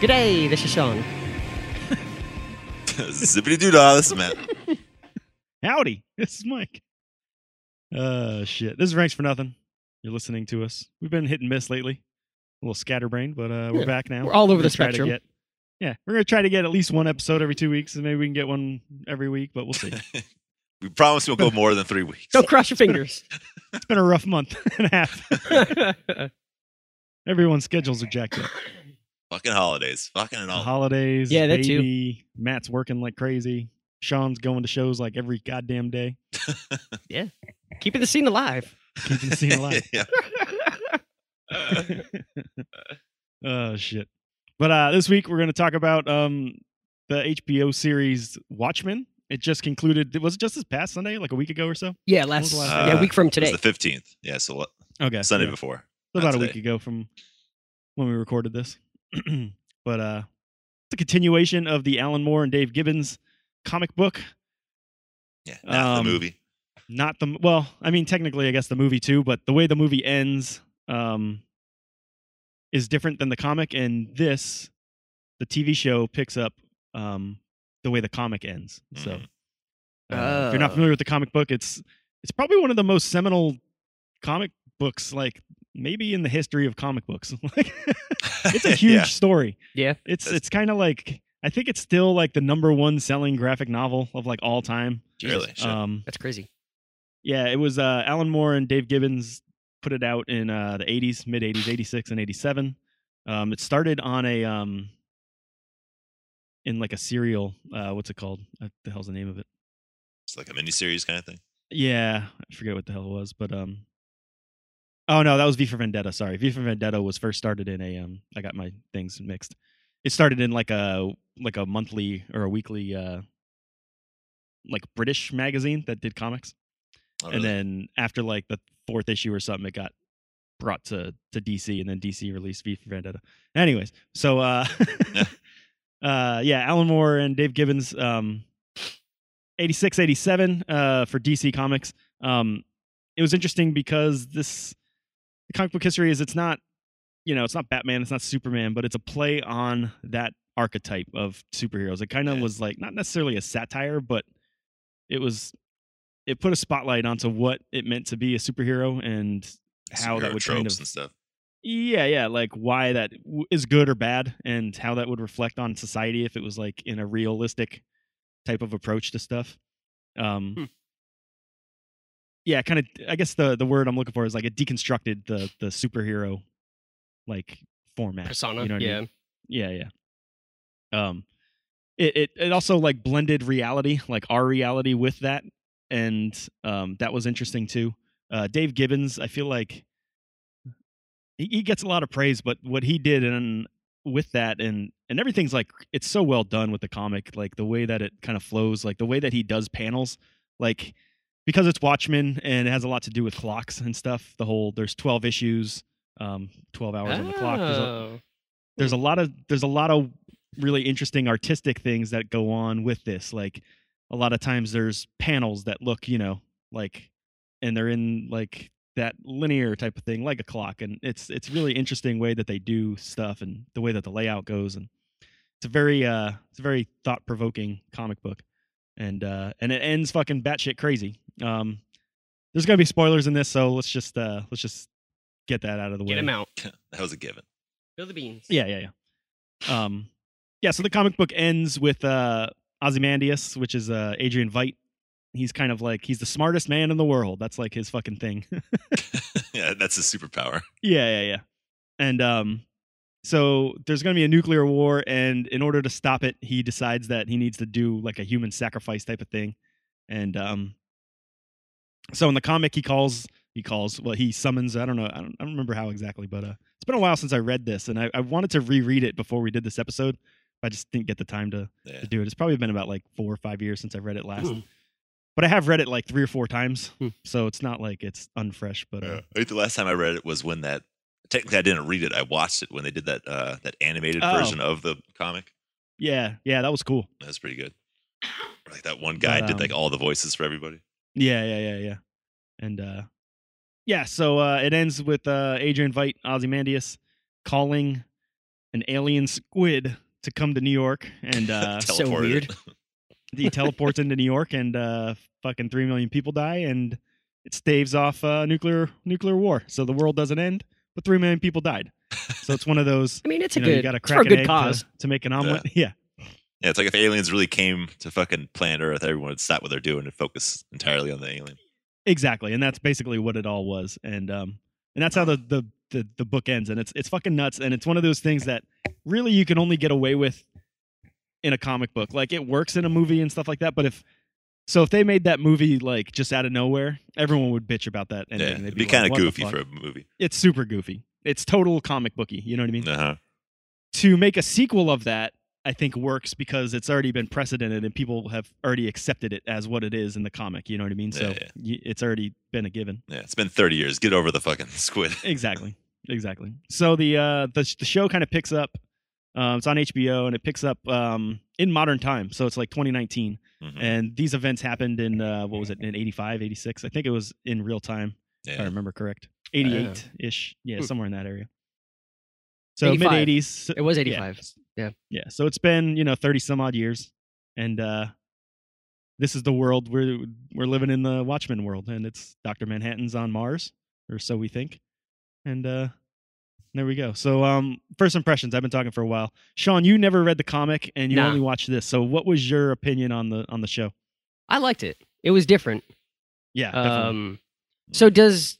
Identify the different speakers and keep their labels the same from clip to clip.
Speaker 1: G'day, this is Sean.
Speaker 2: Zippity doo dah, this is Matt.
Speaker 3: Howdy, this is Mike. Uh, shit. This is Ranks for Nothing. You're listening to us. We've been hit and miss lately. A little scatterbrained, but uh, we're
Speaker 1: Yeah,
Speaker 3: back now.
Speaker 1: we're all over
Speaker 3: We're
Speaker 1: the
Speaker 3: gonna try to
Speaker 1: spectrum.
Speaker 3: get- yeah, we're gonna try to get at least one episode every two weeks, and maybe we can get one every week. But we'll see.
Speaker 2: we promise we'll go more than three weeks.
Speaker 1: Don't cross your fingers.
Speaker 3: it's been a rough month and a half. Everyone's schedules are jacked up.
Speaker 2: Fucking holidays. Fucking it
Speaker 3: The
Speaker 2: all.
Speaker 3: holidays.
Speaker 1: Oh. Yeah, that too.
Speaker 3: baby, Matt's working like crazy. Sean's going to shows like every goddamn day.
Speaker 1: Keeping the scene alive.
Speaker 3: Keeping the scene alive.
Speaker 2: yeah.
Speaker 3: oh shit! But uh, this week we're going to talk about um, the HBO series Watchmen. It just concluded. Was it just this past Sunday, like a week ago or so?
Speaker 1: Yeah,
Speaker 3: was
Speaker 1: last
Speaker 3: the last
Speaker 1: yeah,
Speaker 2: time?
Speaker 1: week from
Speaker 2: It was
Speaker 1: today.
Speaker 2: the 15th. Yeah, so what-
Speaker 3: Okay,
Speaker 2: Sunday
Speaker 3: yeah.
Speaker 2: before.
Speaker 3: So about a
Speaker 2: today.
Speaker 3: week ago from when we recorded this. but uh, it's a continuation of the Alan Moore and Dave Gibbons comic book.
Speaker 2: Yeah, not
Speaker 3: Um,
Speaker 2: the movie.
Speaker 3: Not the well, I mean technically, I guess the movie too. But the way the movie ends um, is different than the comic, and this the TV show picks up um, the way the comic ends. So.
Speaker 2: Mhm.
Speaker 3: Uh, if you're not
Speaker 1: Oh.
Speaker 3: familiar with the comic book, it's it's probably one of the most seminal comic books, like maybe in the history of comic books. Like, it's a huge
Speaker 2: Yeah.
Speaker 3: story.
Speaker 1: Yeah.
Speaker 3: it's
Speaker 2: That's-
Speaker 3: it's kind of like I think it's still like the number one selling graphic novel of like all time.
Speaker 1: Jesus.
Speaker 2: Really? Shit.
Speaker 3: Um,
Speaker 1: That's crazy.
Speaker 3: yeah, it was uh, Alan Moore and Dave Gibbons put it out in uh, the 80s, mid 80s, 86 and 87. Um, it started on a um, in like a serial. Uh, what's it called? What the hell's the name of it?
Speaker 2: it's like a miniseries kind of thing.
Speaker 3: Yeah, I forget what the hell it was, but um, oh no, that was V for Vendetta. Sorry, V for Vendetta was first started in a um. I got my things mixed. It started in like a like a monthly or a weekly uh, like British magazine that did comics,
Speaker 2: Oh,
Speaker 3: and
Speaker 2: really?
Speaker 3: then after like the fourth issue or something, it got brought to to DC, and then DC released V for Vendetta. Anyways, so uh, uh, yeah, Alan Moore and Dave Gibbons, um, 86, 87 uh, for DC Comics. Um, it was interesting because this the comic book history is it's not you know it's not Batman, it's not Superman, but it's a play on that archetype of superheroes. It kind of
Speaker 2: Yeah.
Speaker 3: was like not necessarily a satire, but it was it put a spotlight onto what it meant to be a superhero and how that
Speaker 2: Superhero
Speaker 3: would
Speaker 2: tropes
Speaker 3: kind of
Speaker 2: and stuff.
Speaker 3: yeah, yeah, like why that w- is good or bad, and how that would reflect on society if it was like in a realistic type of approach to stuff. Um,
Speaker 1: Hmm.
Speaker 3: Yeah, kind of. I guess the the word I'm looking for is like it deconstructed the the superhero like format
Speaker 1: Persona.
Speaker 3: You know what I mean?
Speaker 1: yeah.
Speaker 3: yeah yeah um it, it it also like blended reality like our reality with that and um that was interesting too uh dave gibbons i feel like he, he gets a lot of praise but what he did and with that and and everything's like it's so well done with the comic like the way that it kind of flows like the way that he does panels like because it's watchmen and it has a lot to do with clocks and stuff the whole there's 12 issues um 12 hours on the clock There's a-
Speaker 1: Oh.
Speaker 3: there's a lot of there's a lot of really interesting artistic things that go on with this like a lot of times there's panels that look you know like and they're in like that linear type of thing like a clock and it's it's really interesting way that they do stuff and the way that the layout goes and it's a very uh it's a very thought provoking comic book and uh and it ends fucking batshit crazy um there's gonna be spoilers in this so let's just uh let's just get that out of the way
Speaker 1: Get him out.
Speaker 2: That was a given.
Speaker 1: Fill the beans.
Speaker 3: yeah, yeah, yeah. Um, yeah. So the comic book ends with uh, Ozymandias, which is uh, Adrian Veidt. He's kind of like he's the smartest man in the world. That's like his fucking thing. yeah,
Speaker 2: yeah, that's a superpower.
Speaker 3: yeah, yeah. And um, so there's going to be a nuclear war, and in order to stop it, he decides that he needs to do like a human sacrifice type of thing. And um, so in the comic, he calls he calls well he summons I don't know I don't, I don't remember how exactly, but uh, it's been a while since I read this, and I, I wanted to reread it before we did this episode. but I just didn't get the time to
Speaker 2: Yeah.
Speaker 3: to do it. It's probably been about like four or five years since I've read it last.
Speaker 1: Hmm.
Speaker 3: But I have read it like three or four times,
Speaker 1: Hmm.
Speaker 3: so it's not like it's unfresh. But
Speaker 2: Yeah.
Speaker 3: uh,
Speaker 2: I think the last time I read it was when that. Technically, I didn't read it. I watched it when they did that uh, that animated
Speaker 3: Oh.
Speaker 2: version of the comic.
Speaker 3: yeah, yeah, that was cool.
Speaker 2: That was pretty good. Like that one guy
Speaker 3: But,
Speaker 2: did like
Speaker 3: um,
Speaker 2: all the voices for everybody.
Speaker 3: Yeah, yeah, yeah, yeah. And uh yeah, so uh it ends with uh Adrian Veidt, Ozymandias, calling an alien squid to come to New York, and uh,
Speaker 1: so
Speaker 2: Teleported
Speaker 1: weird.
Speaker 2: it.
Speaker 3: he teleports into New York, and uh, fucking three million people die, and it staves off uh, nuclear nuclear war. So the world doesn't end, but three million people died. So it's one of those.
Speaker 1: I mean, it's a
Speaker 3: you know, you
Speaker 1: good,
Speaker 3: got to
Speaker 1: it's for a
Speaker 3: crack an
Speaker 1: good
Speaker 3: egg
Speaker 1: cause.
Speaker 3: to, to make an omelet. Yeah.
Speaker 2: Yeah, it's like if aliens really came to fucking planet Earth, everyone would stop what they're doing and focus entirely on the alien.
Speaker 3: Exactly, and that's basically what it all was, and um, and that's how the
Speaker 2: Ah.
Speaker 3: the the, the book ends, and it's it's fucking nuts, and it's one of those things that really you can only get away with in a comic book. Like it works in a movie and stuff like that, but if so, if they made that movie like just out of nowhere, everyone would bitch about that. Ending.
Speaker 2: yeah,
Speaker 3: They'd
Speaker 2: it'd be
Speaker 3: like,
Speaker 2: kind of
Speaker 3: "What the
Speaker 2: goofy
Speaker 3: fuck?"
Speaker 2: for a movie.
Speaker 3: It's super goofy. It's total comic booky. You know what I mean?
Speaker 2: Uh huh.
Speaker 3: to make a sequel of that i think works because it's already been precedented and people have already accepted it as what it is in the comic you know what i mean so
Speaker 2: Yeah, yeah.
Speaker 3: y- it's already been a given
Speaker 2: Yeah, it's been 30 years. Get over the fucking squid.
Speaker 3: exactly exactly so the uh the, sh- the show kind of picks up um, it's on hbo and it picks up um in modern time so it's like 2019
Speaker 2: Mhm.
Speaker 3: and these events happened in uh what was it in 85 86 i think it was in real time if i
Speaker 2: Yeah.
Speaker 3: remember correct 88 ish yeah
Speaker 1: Hmm.
Speaker 3: somewhere in that area so
Speaker 1: 85.
Speaker 3: mid 80s
Speaker 1: It was
Speaker 3: yeah.
Speaker 1: 85.
Speaker 3: Yeah. So it's been, you know, 30 some odd years. And uh this is the world we're we're living in the Watchmen world and it's Dr. Manhattan's on Mars or so we think. And uh there we go. So um first impressions, I've been talking for a while. Sean, you never read the comic and you
Speaker 1: Nah.
Speaker 3: only watched this. So what was your opinion on the on the show?
Speaker 1: I liked it. It was different.
Speaker 3: Yeah, definitely.
Speaker 1: Um, so does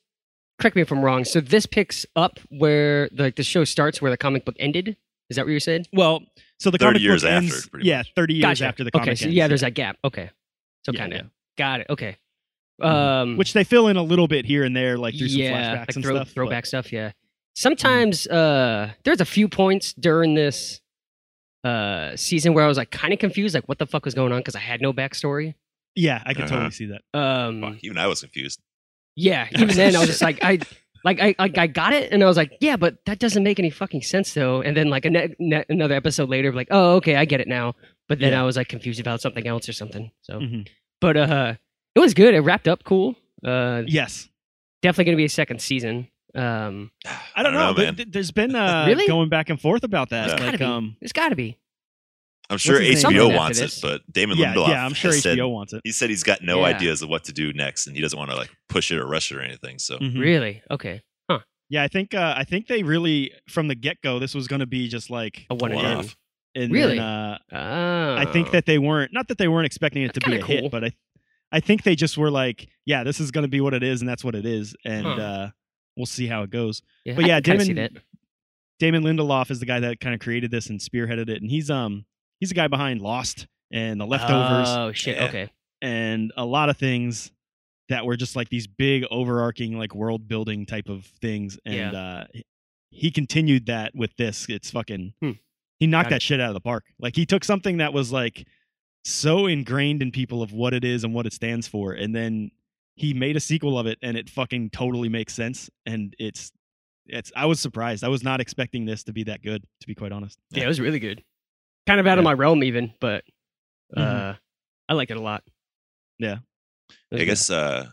Speaker 1: correct me if I'm wrong. So this picks up where like the show starts where the comic book ended. Is that what you said?
Speaker 3: Well, so the
Speaker 2: 30
Speaker 3: comic
Speaker 2: years
Speaker 3: book
Speaker 2: after,
Speaker 3: ends-
Speaker 2: pretty
Speaker 3: yeah, 30 years
Speaker 1: Gotcha.
Speaker 3: after the comic
Speaker 1: Okay, so
Speaker 3: ends.
Speaker 1: yeah, there's that gap. Okay, so
Speaker 3: Yeah,
Speaker 1: kind of
Speaker 3: yeah.
Speaker 1: got it. Okay,
Speaker 3: Mhm.
Speaker 1: um,
Speaker 3: which they fill in a little bit here and there like through some
Speaker 1: yeah,
Speaker 3: flashbacks
Speaker 1: like
Speaker 3: and
Speaker 1: throw-
Speaker 3: stuff. but- Mm-hmm.
Speaker 1: throwback stuff. Yeah, sometimes uh, there's a few points during this uh season where I was like kind of confused, like what the fuck was going on because I had no backstory.
Speaker 3: Yeah, I could
Speaker 2: Uh-huh.
Speaker 3: totally see that.
Speaker 1: Um,
Speaker 2: Fuck, even I was confused.
Speaker 1: Yeah, even then I was just like I like I like I got it and I was like, yeah, but that doesn't make any fucking sense though. And then like a ne- ne- another episode later like, oh, okay, I get it now. But then
Speaker 3: Yeah.
Speaker 1: I was like confused about something else or something. So
Speaker 3: Mhm.
Speaker 1: but uh it was good. It wrapped up cool. Uh
Speaker 3: Yes.
Speaker 1: definitely going to be a second season. Um
Speaker 3: I don't, know.
Speaker 2: man.
Speaker 3: There, has been uh,
Speaker 1: Really?
Speaker 3: going back and forth about that.
Speaker 2: It's
Speaker 1: gotta
Speaker 3: Like,
Speaker 1: be.
Speaker 3: um,
Speaker 1: it's got to be.
Speaker 2: I'm sure
Speaker 3: his name?
Speaker 2: HBO
Speaker 1: Something
Speaker 2: wants
Speaker 1: after
Speaker 2: it,
Speaker 1: this.
Speaker 2: but Damon
Speaker 3: yeah,
Speaker 2: Lindelof.
Speaker 3: yeah, I'm sure
Speaker 2: has
Speaker 3: HBO
Speaker 2: said-
Speaker 3: wants it.
Speaker 2: he said he's got no
Speaker 1: Yeah.
Speaker 2: ideas of what to do next, and he doesn't want to like push it or rush it or anything. So
Speaker 3: Mhm.
Speaker 1: Really? Okay.
Speaker 3: Yeah, I think uh, I think they really from the get go this was going to be just like
Speaker 1: A one and
Speaker 2: One
Speaker 1: done.
Speaker 2: off.
Speaker 3: and
Speaker 1: Oh, Really?
Speaker 3: then, uh,
Speaker 1: Oh.
Speaker 3: I
Speaker 2: Uh.
Speaker 3: think that they weren't not that they weren't expecting it to
Speaker 1: That's
Speaker 3: be a
Speaker 1: kinda cool.
Speaker 3: hit, but I I think they just were like, yeah, this is going to be what it is, and that's what it is, and
Speaker 1: Huh.
Speaker 3: uh, we'll see how it goes.
Speaker 1: Oh. yeah,
Speaker 3: but
Speaker 1: I
Speaker 3: yeah,
Speaker 1: can kinda see
Speaker 3: Damon-
Speaker 1: that.
Speaker 3: Damon Lindelof is the guy that kind of created this and spearheaded it, and he's um he's the guy behind Lost and The Leftovers.
Speaker 1: Oh shit.
Speaker 2: Yeah.
Speaker 1: Okay.
Speaker 3: and a lot of things that were just like these big overarching like world building type of things and
Speaker 1: Yeah.
Speaker 3: uh he- he continued that with this it's fucking
Speaker 1: Hmm.
Speaker 3: he knocked
Speaker 1: Got
Speaker 3: that shit out of the park like he took something that was like so ingrained in people of what it is and what it stands for and then he made a sequel of it and it fucking totally makes sense and it's it's i was surprised i was not expecting this to be that good to be quite honest
Speaker 1: Yeah. it was really good. Kind of out of
Speaker 3: Yeah.
Speaker 1: my realm even, but uh
Speaker 3: Mhm.
Speaker 1: I liked it a lot.
Speaker 3: Yeah.
Speaker 1: It was good.
Speaker 2: I guess uh,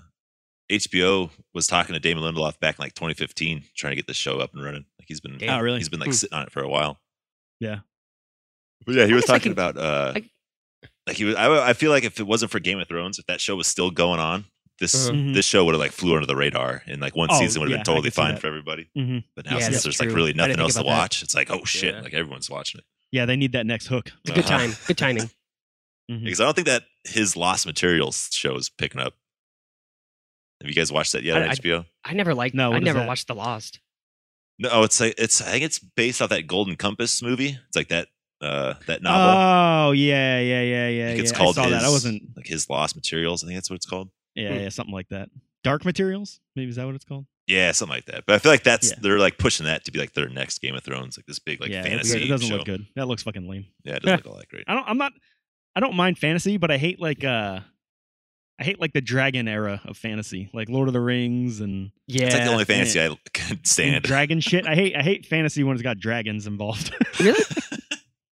Speaker 2: HBO was talking to Damon Lindelof back in like 2015, trying to get the show up and running. Like he's been,
Speaker 1: Damn.
Speaker 3: Oh, really?
Speaker 2: He's been like
Speaker 1: Hmm.
Speaker 2: sitting on it for a while.
Speaker 3: Yeah.
Speaker 2: But yeah, he
Speaker 1: I
Speaker 2: was
Speaker 1: guess I
Speaker 2: talking
Speaker 1: can-
Speaker 2: about uh,
Speaker 1: I-
Speaker 2: like he was. I, I feel like if it wasn't for Game of Thrones, if that show was still going on, this
Speaker 1: Uh-huh.
Speaker 3: Mhm.
Speaker 2: this show would have like flew under the radar, and like one
Speaker 3: Oh,
Speaker 2: season would have
Speaker 3: yeah, I
Speaker 2: been totally
Speaker 3: could see
Speaker 2: fine
Speaker 3: that.
Speaker 2: for everybody.
Speaker 3: Mhm.
Speaker 2: But now
Speaker 1: Yeah,
Speaker 2: since
Speaker 1: that's
Speaker 2: there's
Speaker 1: true.
Speaker 2: like
Speaker 1: I
Speaker 2: really
Speaker 1: didn't
Speaker 2: nothing
Speaker 1: think
Speaker 2: else to
Speaker 1: about that.
Speaker 2: watch, it's like oh shit,
Speaker 1: Yeah.
Speaker 2: like everyone's watching it.
Speaker 3: yeah they need that next hook
Speaker 1: It's a good
Speaker 2: Uh-huh.
Speaker 1: time. Good timing. Hmm.
Speaker 3: Mhm.
Speaker 2: Because I don't think that his Lost Materials show is picking up. Have you guys watched that yet
Speaker 1: I-
Speaker 2: on
Speaker 1: I-
Speaker 2: HBO?
Speaker 1: I never liked
Speaker 3: No,
Speaker 1: I
Speaker 3: what is
Speaker 1: never
Speaker 3: that?
Speaker 1: watched The Lost.
Speaker 2: No, oh, it's like it's. I think it's based off that Golden Compass movie. It's like that uh that novel.
Speaker 3: Oh yeah, yeah, yeah, yeah.
Speaker 2: I think it's
Speaker 3: yeah.
Speaker 2: called
Speaker 3: I saw
Speaker 2: his,
Speaker 3: that. I wasn't.
Speaker 2: like his Lost Materials. I think that's what it's called.
Speaker 3: Yeah,
Speaker 1: Hmm.
Speaker 3: yeah, something like that. Dark materials, maybe is that what it's called?
Speaker 2: Yeah, something like that. But I feel like that's
Speaker 3: Yeah.
Speaker 2: they're like pushing that to be like their next Game of Thrones, like this big like
Speaker 3: yeah,
Speaker 2: fantasy
Speaker 3: It, it doesn't
Speaker 2: show.
Speaker 3: look good. That looks fucking lame.
Speaker 2: Yeah, it doesn't look all that great.
Speaker 3: I don't. I'm not. I don't mind fantasy, but I hate like. uh I hate like the dragon era of fantasy, like Lord of the Rings and
Speaker 1: Yeah.
Speaker 2: It's like the only
Speaker 3: man.
Speaker 2: fantasy I can
Speaker 3: and
Speaker 2: stand.
Speaker 3: dragon shit. I hate. I hate fantasy when it's got dragons involved.
Speaker 1: Really?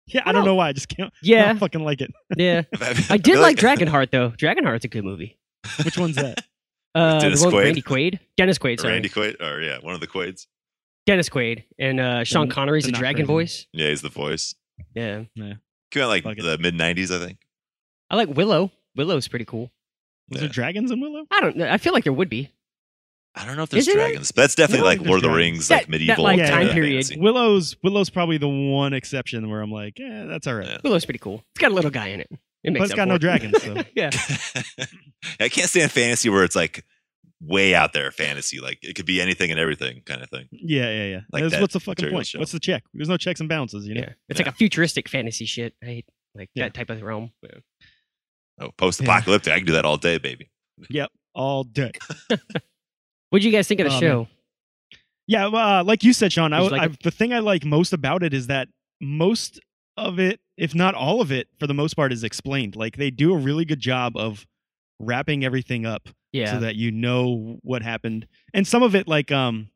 Speaker 3: yeah, I don't
Speaker 1: Wow.
Speaker 3: know why. I just can't. I
Speaker 1: Yeah.
Speaker 3: don't fucking like it.
Speaker 1: yeah. I did like Dragonheart though. Dragonheart's a good movie.
Speaker 3: Which one's that?
Speaker 1: Uh, the
Speaker 2: Dennis
Speaker 1: one with
Speaker 2: Quaid?
Speaker 1: Randy Quaid. Dennis Quaid, sorry.
Speaker 2: Randy Quaid, or yeah, one of the Quaids.
Speaker 1: Dennis Quaid and uh, Sean
Speaker 3: They're
Speaker 1: Connery's the
Speaker 3: not
Speaker 1: dragon
Speaker 3: crazy.
Speaker 1: voice.
Speaker 2: Yeah, he's the voice.
Speaker 1: Yeah,
Speaker 2: Came out like
Speaker 3: Fuck it.
Speaker 2: the mid '90s, I think.
Speaker 1: I like Willow. Willow's pretty cool.
Speaker 3: Was
Speaker 2: Yeah.
Speaker 3: there dragons in Willow?
Speaker 1: I don't know. I feel like there would be
Speaker 2: I don't know if there's
Speaker 1: Isn't there?
Speaker 2: dragons, but that's definitely
Speaker 3: No,
Speaker 2: like
Speaker 3: there's
Speaker 2: Lord of the
Speaker 3: dragons.
Speaker 2: Rings,
Speaker 1: That-
Speaker 2: like
Speaker 1: that,
Speaker 2: medieval
Speaker 1: like,
Speaker 2: kind
Speaker 3: time
Speaker 2: of
Speaker 1: period.
Speaker 2: fantasy.
Speaker 3: Willow's Willow's probably the one exception where I'm like, eh, that's all right.
Speaker 2: Yeah.
Speaker 1: Willow's pretty cool. It's got a little guy in it. It
Speaker 3: But
Speaker 1: makes
Speaker 3: it's
Speaker 1: up
Speaker 3: got
Speaker 1: for
Speaker 3: no
Speaker 1: it.
Speaker 3: dragons, so
Speaker 1: yeah,
Speaker 2: I can't stand fantasy where it's like way out there fantasy. Like it could be anything and everything kind of thing.
Speaker 3: yeah, yeah, yeah.
Speaker 2: Like
Speaker 3: That's-
Speaker 2: that
Speaker 3: what's the fucking
Speaker 2: material
Speaker 3: point?
Speaker 2: show.
Speaker 3: What's the check? There's no checks and balances, you know.
Speaker 1: yeah. It's
Speaker 2: Yeah.
Speaker 1: like a futuristic fantasy shit. I hate like
Speaker 3: Yeah.
Speaker 1: that type of realm.
Speaker 2: Oh, post apocalyptic. I can do that all day, baby.
Speaker 3: All day.
Speaker 1: What do you guys think of the
Speaker 3: Oh,
Speaker 1: show?
Speaker 3: Yeah, well, uh, like you said, Sean, I,
Speaker 1: There's
Speaker 3: I-
Speaker 1: like a-
Speaker 3: the thing I like most about it is that most of it, if not all of it, for the most part, is explained. Like they do a really good job of wrapping everything up
Speaker 1: Yeah,
Speaker 3: so that you know what happened. And some of it, like um,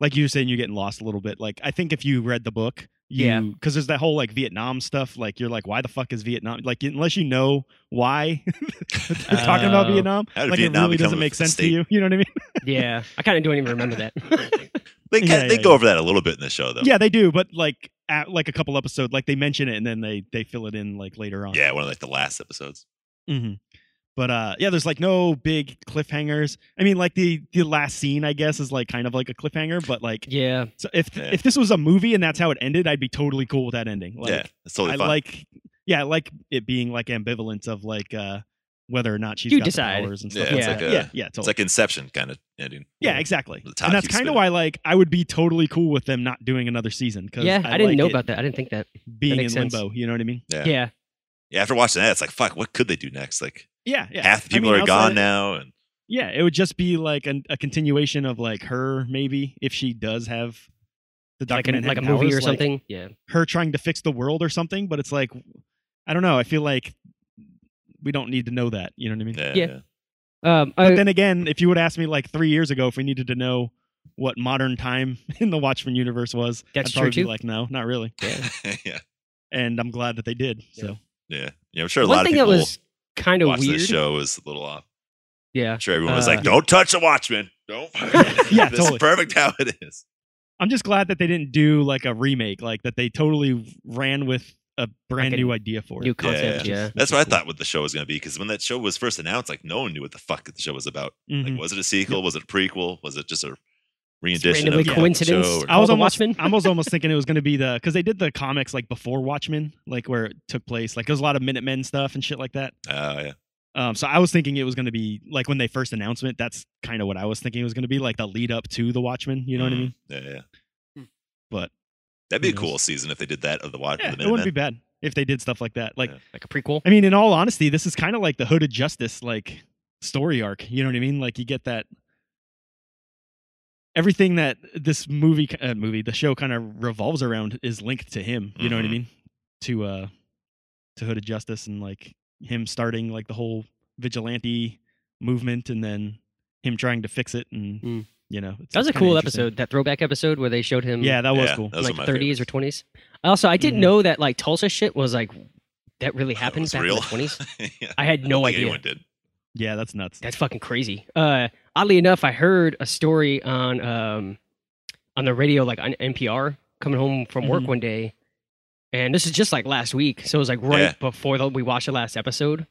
Speaker 3: like you were saying, you're getting lost a little bit. Like I think if you read the book, you,
Speaker 1: Yeah.
Speaker 3: because there's that whole like Vietnam stuff. Like you're like, why the fuck is Vietnam? Like unless you know why they're talking about
Speaker 1: Oh.
Speaker 3: Vietnam,
Speaker 2: How did
Speaker 3: like
Speaker 2: Vietnam
Speaker 3: it really
Speaker 2: become
Speaker 3: doesn't
Speaker 2: a
Speaker 3: make sense
Speaker 2: state?
Speaker 3: to you. You know what I mean?
Speaker 1: yeah. I kind of don't even remember that.
Speaker 2: They
Speaker 3: Yeah,
Speaker 2: kind
Speaker 3: yeah,
Speaker 2: they go
Speaker 3: yeah.
Speaker 2: over that a little bit in the show, though.
Speaker 3: Yeah, they do, but like at, like a couple episodes, like they mention it and then they they fill it in like later on.
Speaker 2: yeah, one of like the last episodes.
Speaker 3: hmm But uh, yeah, there's like no big cliffhangers. I mean, like the the last scene, I guess, is like kind of like a cliffhanger. But like,
Speaker 1: yeah,
Speaker 3: so if
Speaker 2: Yeah.
Speaker 3: if this was a movie and that's how it ended, I'd be totally cool with that ending. Like,
Speaker 2: yeah, it's totally
Speaker 3: I
Speaker 2: fun.
Speaker 3: like, yeah, I like it being like ambivalent of like uh whether or not she's
Speaker 1: You
Speaker 3: got
Speaker 1: decide.
Speaker 3: the powers and stuff.
Speaker 2: Yeah,
Speaker 1: it's
Speaker 3: like
Speaker 2: like
Speaker 3: that.
Speaker 2: a-
Speaker 3: yeah, yeah, totally.
Speaker 2: it's like Inception kind of ending.
Speaker 3: yeah, exactly.
Speaker 2: The top
Speaker 3: And that's
Speaker 2: keeps
Speaker 3: kind of
Speaker 2: spinning.
Speaker 3: why like I would be totally cool with them not doing another season. Cause
Speaker 1: yeah. I, didn't
Speaker 3: like
Speaker 1: know
Speaker 3: it
Speaker 1: about that. I didn't think that.
Speaker 3: being in
Speaker 1: makes sense.
Speaker 3: limbo. You know what I mean?
Speaker 2: Yeah.
Speaker 1: Yeah,
Speaker 2: Yeah, after watching that, it's like fuck. What could they do next? Like
Speaker 3: Yeah, yeah.
Speaker 2: half the
Speaker 3: I
Speaker 2: people
Speaker 3: mean,
Speaker 2: are
Speaker 3: outside
Speaker 2: gone
Speaker 3: of-
Speaker 2: now, and
Speaker 3: Yeah, it would just be like an, a continuation of like her maybe if she does have the
Speaker 1: like a,
Speaker 3: document
Speaker 1: like a
Speaker 3: head
Speaker 1: movie
Speaker 3: powers,
Speaker 1: or
Speaker 3: like,
Speaker 1: something. Yeah,
Speaker 3: her trying to fix the world or something, but it's like I don't know. I feel like we don't need to know that. You know what I mean?
Speaker 2: yeah,
Speaker 1: Yeah.
Speaker 2: yeah.
Speaker 1: um,
Speaker 3: But
Speaker 1: I,
Speaker 3: then again, if you would ask me like three years ago if we needed to know what modern time in the Watchmen universe was,
Speaker 1: That's
Speaker 3: I'd
Speaker 1: true,
Speaker 3: probably be
Speaker 1: too.
Speaker 3: like, no, not really.
Speaker 2: yeah, yeah,
Speaker 3: And I'm glad that they did. So
Speaker 2: yeah. I'm sure a
Speaker 1: one
Speaker 2: lot of
Speaker 1: thing that
Speaker 2: people
Speaker 1: was kind of
Speaker 2: watching
Speaker 1: weird.
Speaker 2: this show was a little off.
Speaker 1: Yeah,
Speaker 2: I'm sure everyone was
Speaker 1: Uh,
Speaker 2: like, "Don't touch the Watchmen. Don't."
Speaker 3: Yeah,
Speaker 2: this
Speaker 3: totally.
Speaker 2: is perfect how it is.
Speaker 3: I'm just glad that they didn't do like a remake, like that they totally ran with a brand
Speaker 1: Like a
Speaker 3: new idea for it.
Speaker 1: new concept.
Speaker 3: yeah.
Speaker 1: Yeah,
Speaker 2: That's what I thought what the show was going to be because when that show was first announced, like no one knew what the fuck the show was about.
Speaker 3: Mhm.
Speaker 2: Like, was it a sequel? Was it a prequel? Was it just a rendition
Speaker 1: randomly
Speaker 2: of the
Speaker 3: yeah,
Speaker 1: coincidence.
Speaker 2: show? or- Oh,
Speaker 3: I was
Speaker 1: All the
Speaker 3: almost,
Speaker 1: Watchmen?
Speaker 3: I was almost thinking it was going to be the because they did the comics like before Watchmen, like where it took place. Like there was a lot of Minutemen stuff and shit like that.
Speaker 2: Oh yeah,
Speaker 3: Um, so I was thinking it was going to be like when they first announcement. That's kind of what I was thinking it was going to be, like the lead up to the Watchmen. You know what I
Speaker 2: Mm,
Speaker 3: mean?
Speaker 2: Yeah, yeah.
Speaker 3: But
Speaker 2: That'd be a
Speaker 3: Who
Speaker 2: cool
Speaker 3: knows?
Speaker 2: season if they did that of the Watchmen.
Speaker 3: yeah,
Speaker 2: the
Speaker 3: it wouldn't be
Speaker 2: Minutemen.
Speaker 3: bad if they did stuff like that. Like
Speaker 2: Yeah.
Speaker 1: like a prequel.
Speaker 3: I mean, in all honesty, this is kind of like the Hooded Justice like story arc. You know what I mean? Like you get that everything that this movie uh, movie the show kind of revolves around is linked to him. You know what I
Speaker 2: Mhm.
Speaker 3: mean? To uh to Hooded Justice and like him starting like the whole vigilante movement and then him trying to fix it and
Speaker 1: Mm.
Speaker 3: you know it's-
Speaker 1: That was a
Speaker 3: it's kinda
Speaker 1: cool
Speaker 3: interesting.
Speaker 1: episode, that throwback episode where they showed him.
Speaker 3: Yeah, that was
Speaker 2: Yeah,
Speaker 3: cool.
Speaker 2: that was
Speaker 1: like
Speaker 2: one of my
Speaker 1: 30s or 20s.
Speaker 2: favorites.
Speaker 1: Also, I didn't
Speaker 3: Mhm.
Speaker 1: know that like Tulsa shit was like that really
Speaker 2: Oh, it
Speaker 1: happened
Speaker 2: was
Speaker 1: back in
Speaker 2: real?
Speaker 1: the 20s.
Speaker 2: yeah.
Speaker 1: I had
Speaker 2: don't
Speaker 1: no
Speaker 2: think
Speaker 1: idea.
Speaker 2: Anyone did.
Speaker 3: yeah, that's nuts.
Speaker 1: That's fucking crazy. Uh, oddly enough, I heard a story on um, on the radio, like on NPR, coming home from work
Speaker 2: Mm-hmm.
Speaker 3: Mhm.
Speaker 1: one day, and this is just like last week. So it was like right
Speaker 2: Yeah.
Speaker 1: before the, we watched the last episode.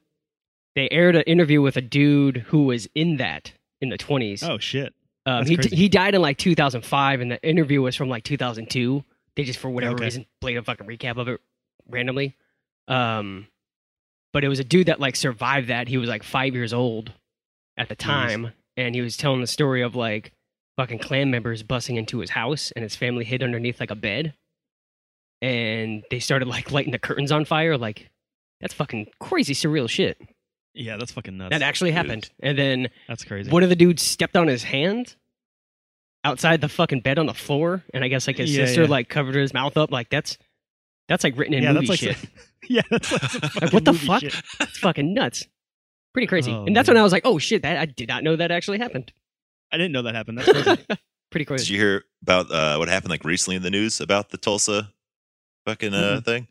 Speaker 1: They aired an interview with a dude who was in that in the twenties.
Speaker 3: Oh shit.
Speaker 1: um,
Speaker 3: that's
Speaker 1: he d-
Speaker 3: crazy.
Speaker 1: he died in like 2005, and the interview was from like 2002. They just for whatever
Speaker 3: Okay.
Speaker 1: reason played a fucking recap of it randomly. Um, but it was a dude that like survived that. He was like five years old at the time, and he was telling the story of like fucking clan members busting into his house, and his family hid underneath like a bed, and they started like lighting the curtains on fire. Like that's fucking crazy, surreal shit.
Speaker 3: Yeah, that's fucking nuts.
Speaker 1: That actually
Speaker 2: it is.
Speaker 1: happened, and then
Speaker 3: that's crazy.
Speaker 1: one of the dudes stepped on his hand outside the fucking bed on the floor, and I guess like his
Speaker 3: Yeah,
Speaker 1: sister
Speaker 3: yeah.
Speaker 1: like covered his mouth up. Like that's that's like written in
Speaker 3: yeah,
Speaker 1: movie
Speaker 3: that's like
Speaker 1: shit.
Speaker 3: yeah, that's like some
Speaker 2: Like,
Speaker 3: fucking
Speaker 1: what the
Speaker 3: movie
Speaker 1: fuck?
Speaker 3: shit.
Speaker 1: it's fucking nuts. Pretty crazy.
Speaker 3: Oh,
Speaker 1: and that's
Speaker 3: man.
Speaker 1: when I was like, oh shit, that I did not know that actually happened.
Speaker 3: I didn't know that happened. That's crazy.
Speaker 1: Pretty
Speaker 2: Did
Speaker 1: crazy.
Speaker 2: you hear about uh, what happened like recently in the news about the Tulsa fucking uh,
Speaker 3: Mm-hmm.
Speaker 2: thing?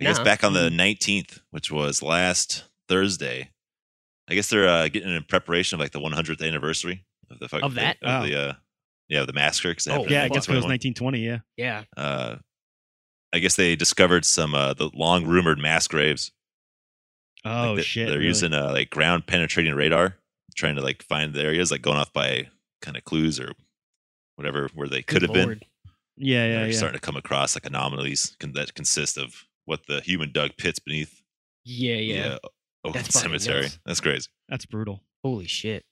Speaker 2: I guess
Speaker 1: Nah.
Speaker 2: back on the nineteenth, which was last Thursday. I guess they're uh, getting in preparation of like the 100th anniversary of the fucking
Speaker 1: Of that?
Speaker 2: of
Speaker 3: Oh.
Speaker 2: the uh, Yeah, the massacre. 'cause it
Speaker 1: Oh,
Speaker 2: happened in
Speaker 3: Yeah, I guess it was
Speaker 2: 1921.
Speaker 3: 1920. Yeah.
Speaker 1: Yeah.
Speaker 2: Uh, I guess they discovered some uh, the long rumored mass graves. Like,
Speaker 3: Oh
Speaker 2: they,
Speaker 3: shit.
Speaker 2: They're
Speaker 3: really?
Speaker 2: using uh, like ground penetrating radar, trying to like find the areas, like going off by kind of clues or whatever where they could have been.
Speaker 3: Yeah, yeah,
Speaker 2: they're
Speaker 3: yeah.
Speaker 2: starting to come across like anomalies con- that consist of what the human dug pits beneath
Speaker 1: Yeah, yeah.
Speaker 2: the uh, Oakland
Speaker 1: That's fucking
Speaker 2: cemetery.
Speaker 1: nuts.
Speaker 2: That's crazy.
Speaker 3: That's brutal.
Speaker 1: Holy shit.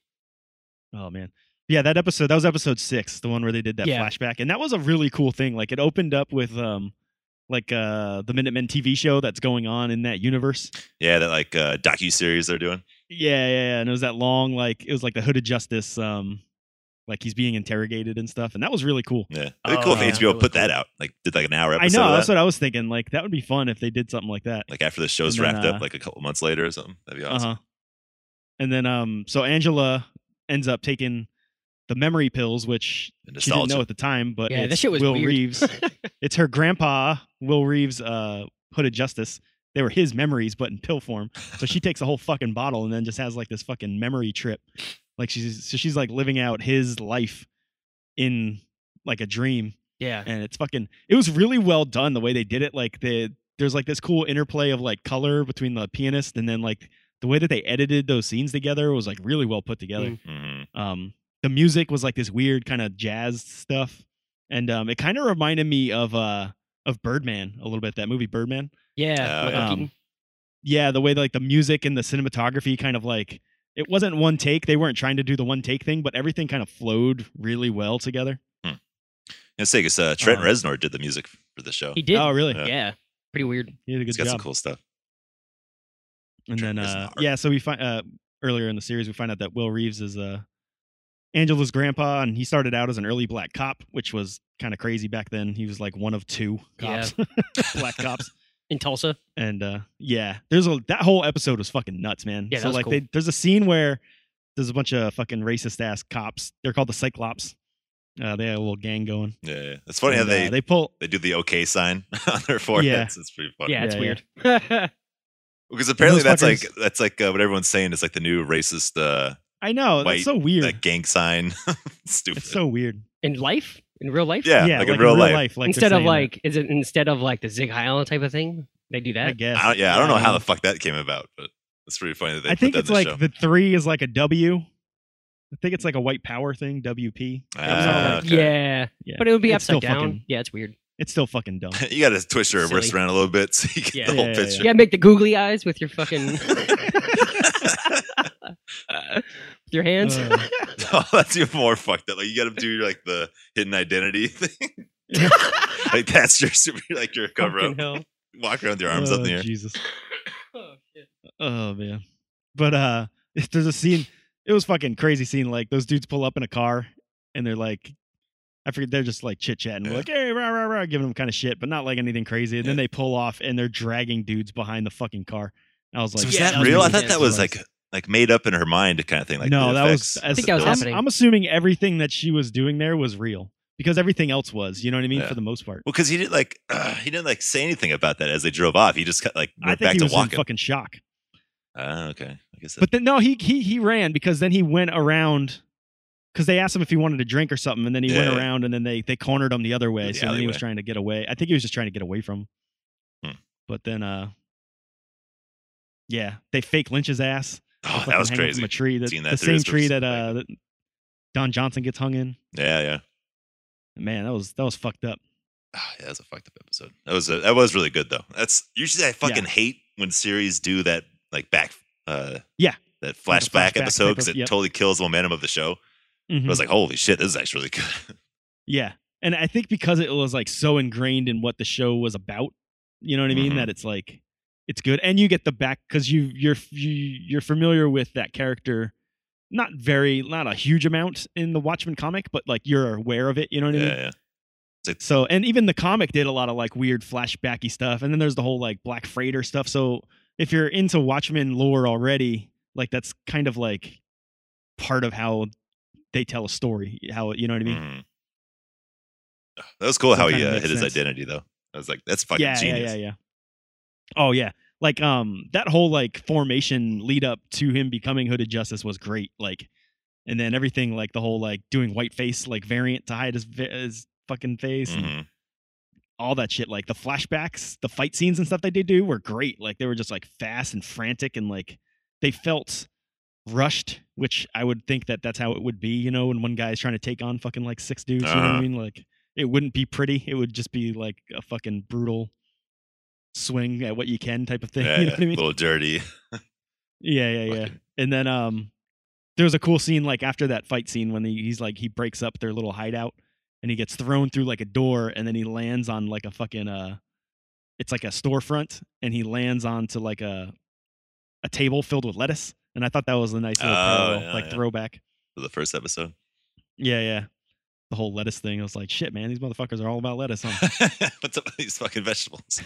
Speaker 3: Oh man. Yeah, that episode that was episode six, the one where they did that
Speaker 1: Yeah.
Speaker 3: flashback. And that was a really cool thing. Like it opened up with um like uh the Minutemen TV show that's going on in that universe.
Speaker 2: Yeah, that like uh, docu series they're doing.
Speaker 3: Yeah, yeah, yeah. And it was that long, like it was like the Hood of Justice, um like he's being interrogated and stuff. And that was really cool.
Speaker 2: Yeah, it'd be
Speaker 1: Oh,
Speaker 2: cool if
Speaker 1: yeah.
Speaker 2: HBO
Speaker 1: That
Speaker 2: put
Speaker 1: would
Speaker 2: that out. Like did like an hour
Speaker 3: I
Speaker 2: episode.
Speaker 3: know,
Speaker 2: of
Speaker 3: that's
Speaker 2: that.
Speaker 3: what I was thinking. Like that would be fun if they did something like that.
Speaker 2: like after the show's
Speaker 3: And then,
Speaker 2: wrapped
Speaker 3: uh,
Speaker 2: up, like a couple months later or something. That'd be awesome.
Speaker 3: Uh-huh. And then um so Angela ends up taking the memory pills, which
Speaker 2: And
Speaker 3: she didn't know
Speaker 2: nostalgia.
Speaker 3: at the time, but
Speaker 1: Yeah,
Speaker 3: it's
Speaker 1: that shit was
Speaker 3: Will
Speaker 1: weird.
Speaker 3: Reeves. it's her grandpa, Will Reeves, uh, Hood of Justice. They were his memories, but in pill form. So she takes a whole fucking bottle and then just has like this fucking memory trip. Like she's so she's like living out his life in like a dream
Speaker 1: yeah.
Speaker 3: and it's fucking it was really well done the way they did it like the there's like this cool interplay of like color between the pianist and then like the way that they edited those scenes together was like really well put together
Speaker 1: Mm.
Speaker 2: Mhm.
Speaker 3: um the music was like this weird kind of jazz stuff and um it kind of reminded me of uh of birdman a little bit that movie birdman
Speaker 1: Yeah.
Speaker 2: Uh,
Speaker 1: Michael
Speaker 3: um,
Speaker 1: Keaton.
Speaker 3: yeah the way that, like the music and the cinematography kind of like it wasn't one take they weren't trying to do the one take thing but everything kind of flowed really well together
Speaker 2: And say, because uh, Trent
Speaker 3: Uh-huh.
Speaker 2: Reznor did the music for the show.
Speaker 1: He did.
Speaker 3: oh really
Speaker 2: Yeah.
Speaker 1: yeah. Pretty weird.
Speaker 3: he did a
Speaker 2: He's
Speaker 3: good
Speaker 2: got
Speaker 3: job
Speaker 2: some cool stuff.
Speaker 3: and
Speaker 2: Trent
Speaker 3: then uh,
Speaker 2: Reznor.
Speaker 3: yeah so we find uh, earlier in the series we find out that will reeves is uh, angela's grandpa and he started out as an early black cop which was kind of crazy back then he was like one of two
Speaker 1: Yeah.
Speaker 3: cops black cops
Speaker 1: In Tulsa.
Speaker 3: and uh, yeah there's a that whole episode was fucking nuts man
Speaker 1: Yeah, that
Speaker 3: so
Speaker 1: was
Speaker 3: like
Speaker 1: cool.
Speaker 3: they, there's a scene where there's a bunch of fucking racist ass cops they're called the cyclops uh, they had a little gang going
Speaker 2: Yeah, yeah. It's funny how
Speaker 3: And, uh,
Speaker 2: they, they
Speaker 3: they pull
Speaker 2: do the OK sign on their foreheads. It's pretty funny.
Speaker 1: Yeah, it's
Speaker 3: Yeah,
Speaker 1: weird.
Speaker 2: Because apparently
Speaker 3: Those
Speaker 2: that's like
Speaker 3: fuckers-
Speaker 2: that's like uh, what everyone's saying is like the new racist uh,
Speaker 3: i know
Speaker 2: White,
Speaker 3: that's so weird
Speaker 2: like gang sign. Stupid.
Speaker 3: it's so weird
Speaker 1: in life? In real life?
Speaker 2: yeah, like, in real, life.
Speaker 3: like they're
Speaker 1: instead of
Speaker 3: saying that.
Speaker 1: like is it instead of like the Zig Heil type of thing? They do
Speaker 3: i
Speaker 1: that?
Speaker 3: guess
Speaker 2: I don't, yeah, I don't know how
Speaker 3: Um,
Speaker 2: the fuck that came about, but it's pretty funny that they
Speaker 3: I
Speaker 2: put
Speaker 3: think
Speaker 2: that
Speaker 3: it's
Speaker 2: in the
Speaker 3: like
Speaker 2: show.
Speaker 3: the three is like a W. I think it's like a white power thing, WP. It was all
Speaker 2: Ah,
Speaker 3: like-
Speaker 2: okay.
Speaker 1: Yeah.
Speaker 3: Yeah.
Speaker 1: But it would be
Speaker 3: It's
Speaker 1: upside
Speaker 3: still
Speaker 1: down.
Speaker 3: fucking-
Speaker 1: yeah, it's weird.
Speaker 3: It's still fucking dumb.
Speaker 2: you got to twist your wrist
Speaker 1: Silly.
Speaker 2: around a little bit so you get
Speaker 1: Yeah.
Speaker 2: the whole
Speaker 3: Yeah, yeah,
Speaker 2: picture.
Speaker 1: Yeah, make the googly eyes with your fucking with your hands.
Speaker 3: Uh.
Speaker 2: Oh, that's even more fucked up. Like you got to do like the hidden identity thing. like that's your super, like your cover
Speaker 1: Fucking
Speaker 2: up.
Speaker 1: hell.
Speaker 2: Walk around with your arms
Speaker 3: oh,
Speaker 2: up in the air.
Speaker 3: Jesus.
Speaker 1: Oh, shit.
Speaker 3: Oh man. But uh there's a scene it was fucking crazy scene. Like those dudes pull up in a car and they're like I forget they're just like chit chatting.
Speaker 2: Yeah.
Speaker 3: We're like, hey, rah, rah, rah, giving them kind of shit, but not like anything crazy. And then they pull off and they're dragging dudes behind the fucking car. I was like,
Speaker 2: so was
Speaker 1: yeah,
Speaker 2: that
Speaker 1: that was
Speaker 2: real? I
Speaker 1: really
Speaker 2: thought that was
Speaker 3: intense.
Speaker 2: like like made up in her mind kind of thing. Like
Speaker 3: no,
Speaker 2: the
Speaker 3: that was.
Speaker 2: effects.
Speaker 3: as-
Speaker 1: think that was
Speaker 2: Those-
Speaker 1: happening.
Speaker 3: I'm, I'm assuming everything that she was doing there was real because everything else was. You know what I mean?
Speaker 2: Yeah.
Speaker 3: For the most part,
Speaker 2: Well, because he didn't like uh, he didn't like say anything about that as they drove off. He just cut, like
Speaker 3: I
Speaker 2: went
Speaker 3: think
Speaker 2: back
Speaker 3: he
Speaker 2: to
Speaker 3: was in
Speaker 2: walking.
Speaker 3: fucking shock.
Speaker 2: Ah, okay, I guess. That,
Speaker 3: But then no, he he he ran because then he went around because they asked him if he wanted a drink or something, and then he
Speaker 2: Yeah.
Speaker 3: went around and then they they cornered him the other way.
Speaker 2: The
Speaker 3: so then he was
Speaker 2: alleyway.
Speaker 3: trying to get away. I think he was just trying to get away from. him.
Speaker 2: Hmm.
Speaker 3: But then, uh, yeah, they fake lynch his ass.
Speaker 2: oh,
Speaker 3: fucking
Speaker 2: that was
Speaker 3: hang him from
Speaker 2: crazy.
Speaker 3: A tree that,
Speaker 2: Seen that
Speaker 3: the
Speaker 2: through
Speaker 3: same
Speaker 2: his
Speaker 3: tree
Speaker 2: roof.
Speaker 3: that uh that Don Johnson gets hung in.
Speaker 2: Yeah, yeah.
Speaker 3: Man, that was that was fucked up.
Speaker 2: Ah, yeah, that was a fucked up episode. That was a, that was really good though. That's usually I fucking
Speaker 3: Yeah.
Speaker 2: hate when series do that like back. uh
Speaker 3: Yeah.
Speaker 2: That
Speaker 3: Like a
Speaker 2: flashback,
Speaker 3: flashback
Speaker 2: episode
Speaker 3: type
Speaker 2: because
Speaker 3: of-
Speaker 2: it
Speaker 3: yep.
Speaker 2: totally kills the momentum of the show.
Speaker 3: Mhm.
Speaker 2: I was like, holy shit, this is actually really good.
Speaker 3: Yeah. And I think because it was like so ingrained in what the show was about, you know what I mean?
Speaker 2: Mhm.
Speaker 3: That it's like it's good. And you get the back because you you're you, you're familiar with that character not very not a huge amount in the Watchmen comic, but like you're aware of it, you know what I mean?
Speaker 2: yeah, yeah.
Speaker 3: So and even the comic did a lot of like weird flashbacky stuff. And then there's the whole like Black Freighter stuff. So if you're into Watchmen lore already, like that's kind of like part of how they tell a story. How you know what I mean?
Speaker 2: Mhm. That was cool
Speaker 3: So it
Speaker 2: how he
Speaker 3: kinda
Speaker 2: uh,
Speaker 3: makes
Speaker 2: hit his
Speaker 3: sense.
Speaker 2: identity though. I was like, that's fucking
Speaker 3: yeah,
Speaker 2: genius.
Speaker 3: Yeah, yeah, yeah. Oh yeah. Like um that whole like formation lead up to him becoming Hooded Justice was great. Like and then everything like the whole like doing white face like variant to hide his, va- his fucking face and
Speaker 2: Mhm.
Speaker 3: all that shit like the flashbacks the fight scenes and stuff that they do were great like they were just like fast and frantic and like they felt rushed which i would think that that's how it would be you know when one guy is trying to take on fucking like six dudes you know what i
Speaker 2: Uh-huh.
Speaker 3: mean like it wouldn't be pretty it would just be like a fucking brutal swing at what you can type of thing
Speaker 2: Yeah,
Speaker 3: you know what i
Speaker 2: a
Speaker 3: mean
Speaker 2: little dirty.
Speaker 3: yeah yeah yeah
Speaker 2: Fucking-
Speaker 3: and then um there was a cool scene like after that fight scene when he, he's like he breaks up their little hideout and he gets thrown through like a door and then he lands on like a fucking uh it's like a storefront and he lands onto like a a table filled with lettuce and I thought that was a nice little
Speaker 2: Oh,
Speaker 3: parallel,
Speaker 2: yeah,
Speaker 3: like
Speaker 2: yeah.
Speaker 3: throwback.
Speaker 2: for the first episode.
Speaker 3: Yeah, yeah. The whole lettuce thing, I was like, shit, man, these motherfuckers are all about lettuce, huh?
Speaker 2: What's up with these fucking vegetables?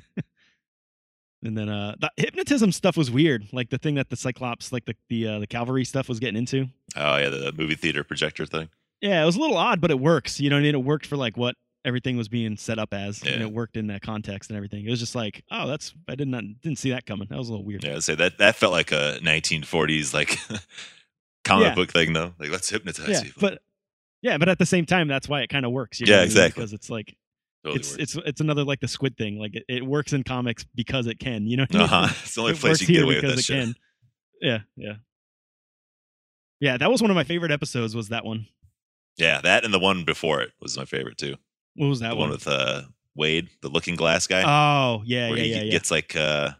Speaker 3: and then uh the hypnotism stuff was weird. Like the thing that the Cyclops, like the the uh, the cavalry stuff was getting into.
Speaker 2: Oh yeah, the, the movie theater projector thing.
Speaker 3: Yeah, it was a little odd, but it works. You know what I mean? It worked for like what everything was being set up as, and
Speaker 2: Yeah.
Speaker 3: it worked in that context and everything. It was just like, oh, that's I did not didn't see that coming. That was a little weird.
Speaker 2: Yeah, I'd say that that felt like a 1940s like comic
Speaker 3: Yeah.
Speaker 2: book thing though. Like let's hypnotize
Speaker 3: Yeah,
Speaker 2: people.
Speaker 3: but yeah, but at the same time, that's why it kind of works. You know
Speaker 2: Yeah,
Speaker 3: what I mean?
Speaker 2: exactly.
Speaker 3: Because it's like
Speaker 2: Totally
Speaker 3: it's
Speaker 2: works.
Speaker 3: it's it's another like the squid thing. Like it, it works in comics because it can. You know? What I mean?
Speaker 2: uh-huh. It's the only
Speaker 3: it
Speaker 2: place
Speaker 3: works
Speaker 2: you can get
Speaker 3: here
Speaker 2: away with
Speaker 3: because
Speaker 2: that
Speaker 3: it
Speaker 2: shit.
Speaker 3: can. Yeah, yeah, yeah. That was one of my favorite episodes. Was that one?
Speaker 2: Yeah, that and the one before it was my favorite too.
Speaker 3: What was that
Speaker 2: the one, with uh, Wade, the Looking Glass guy,
Speaker 3: oh yeah,
Speaker 2: where
Speaker 3: yeah,
Speaker 2: he
Speaker 3: yeah, yeah.
Speaker 2: gets like uh,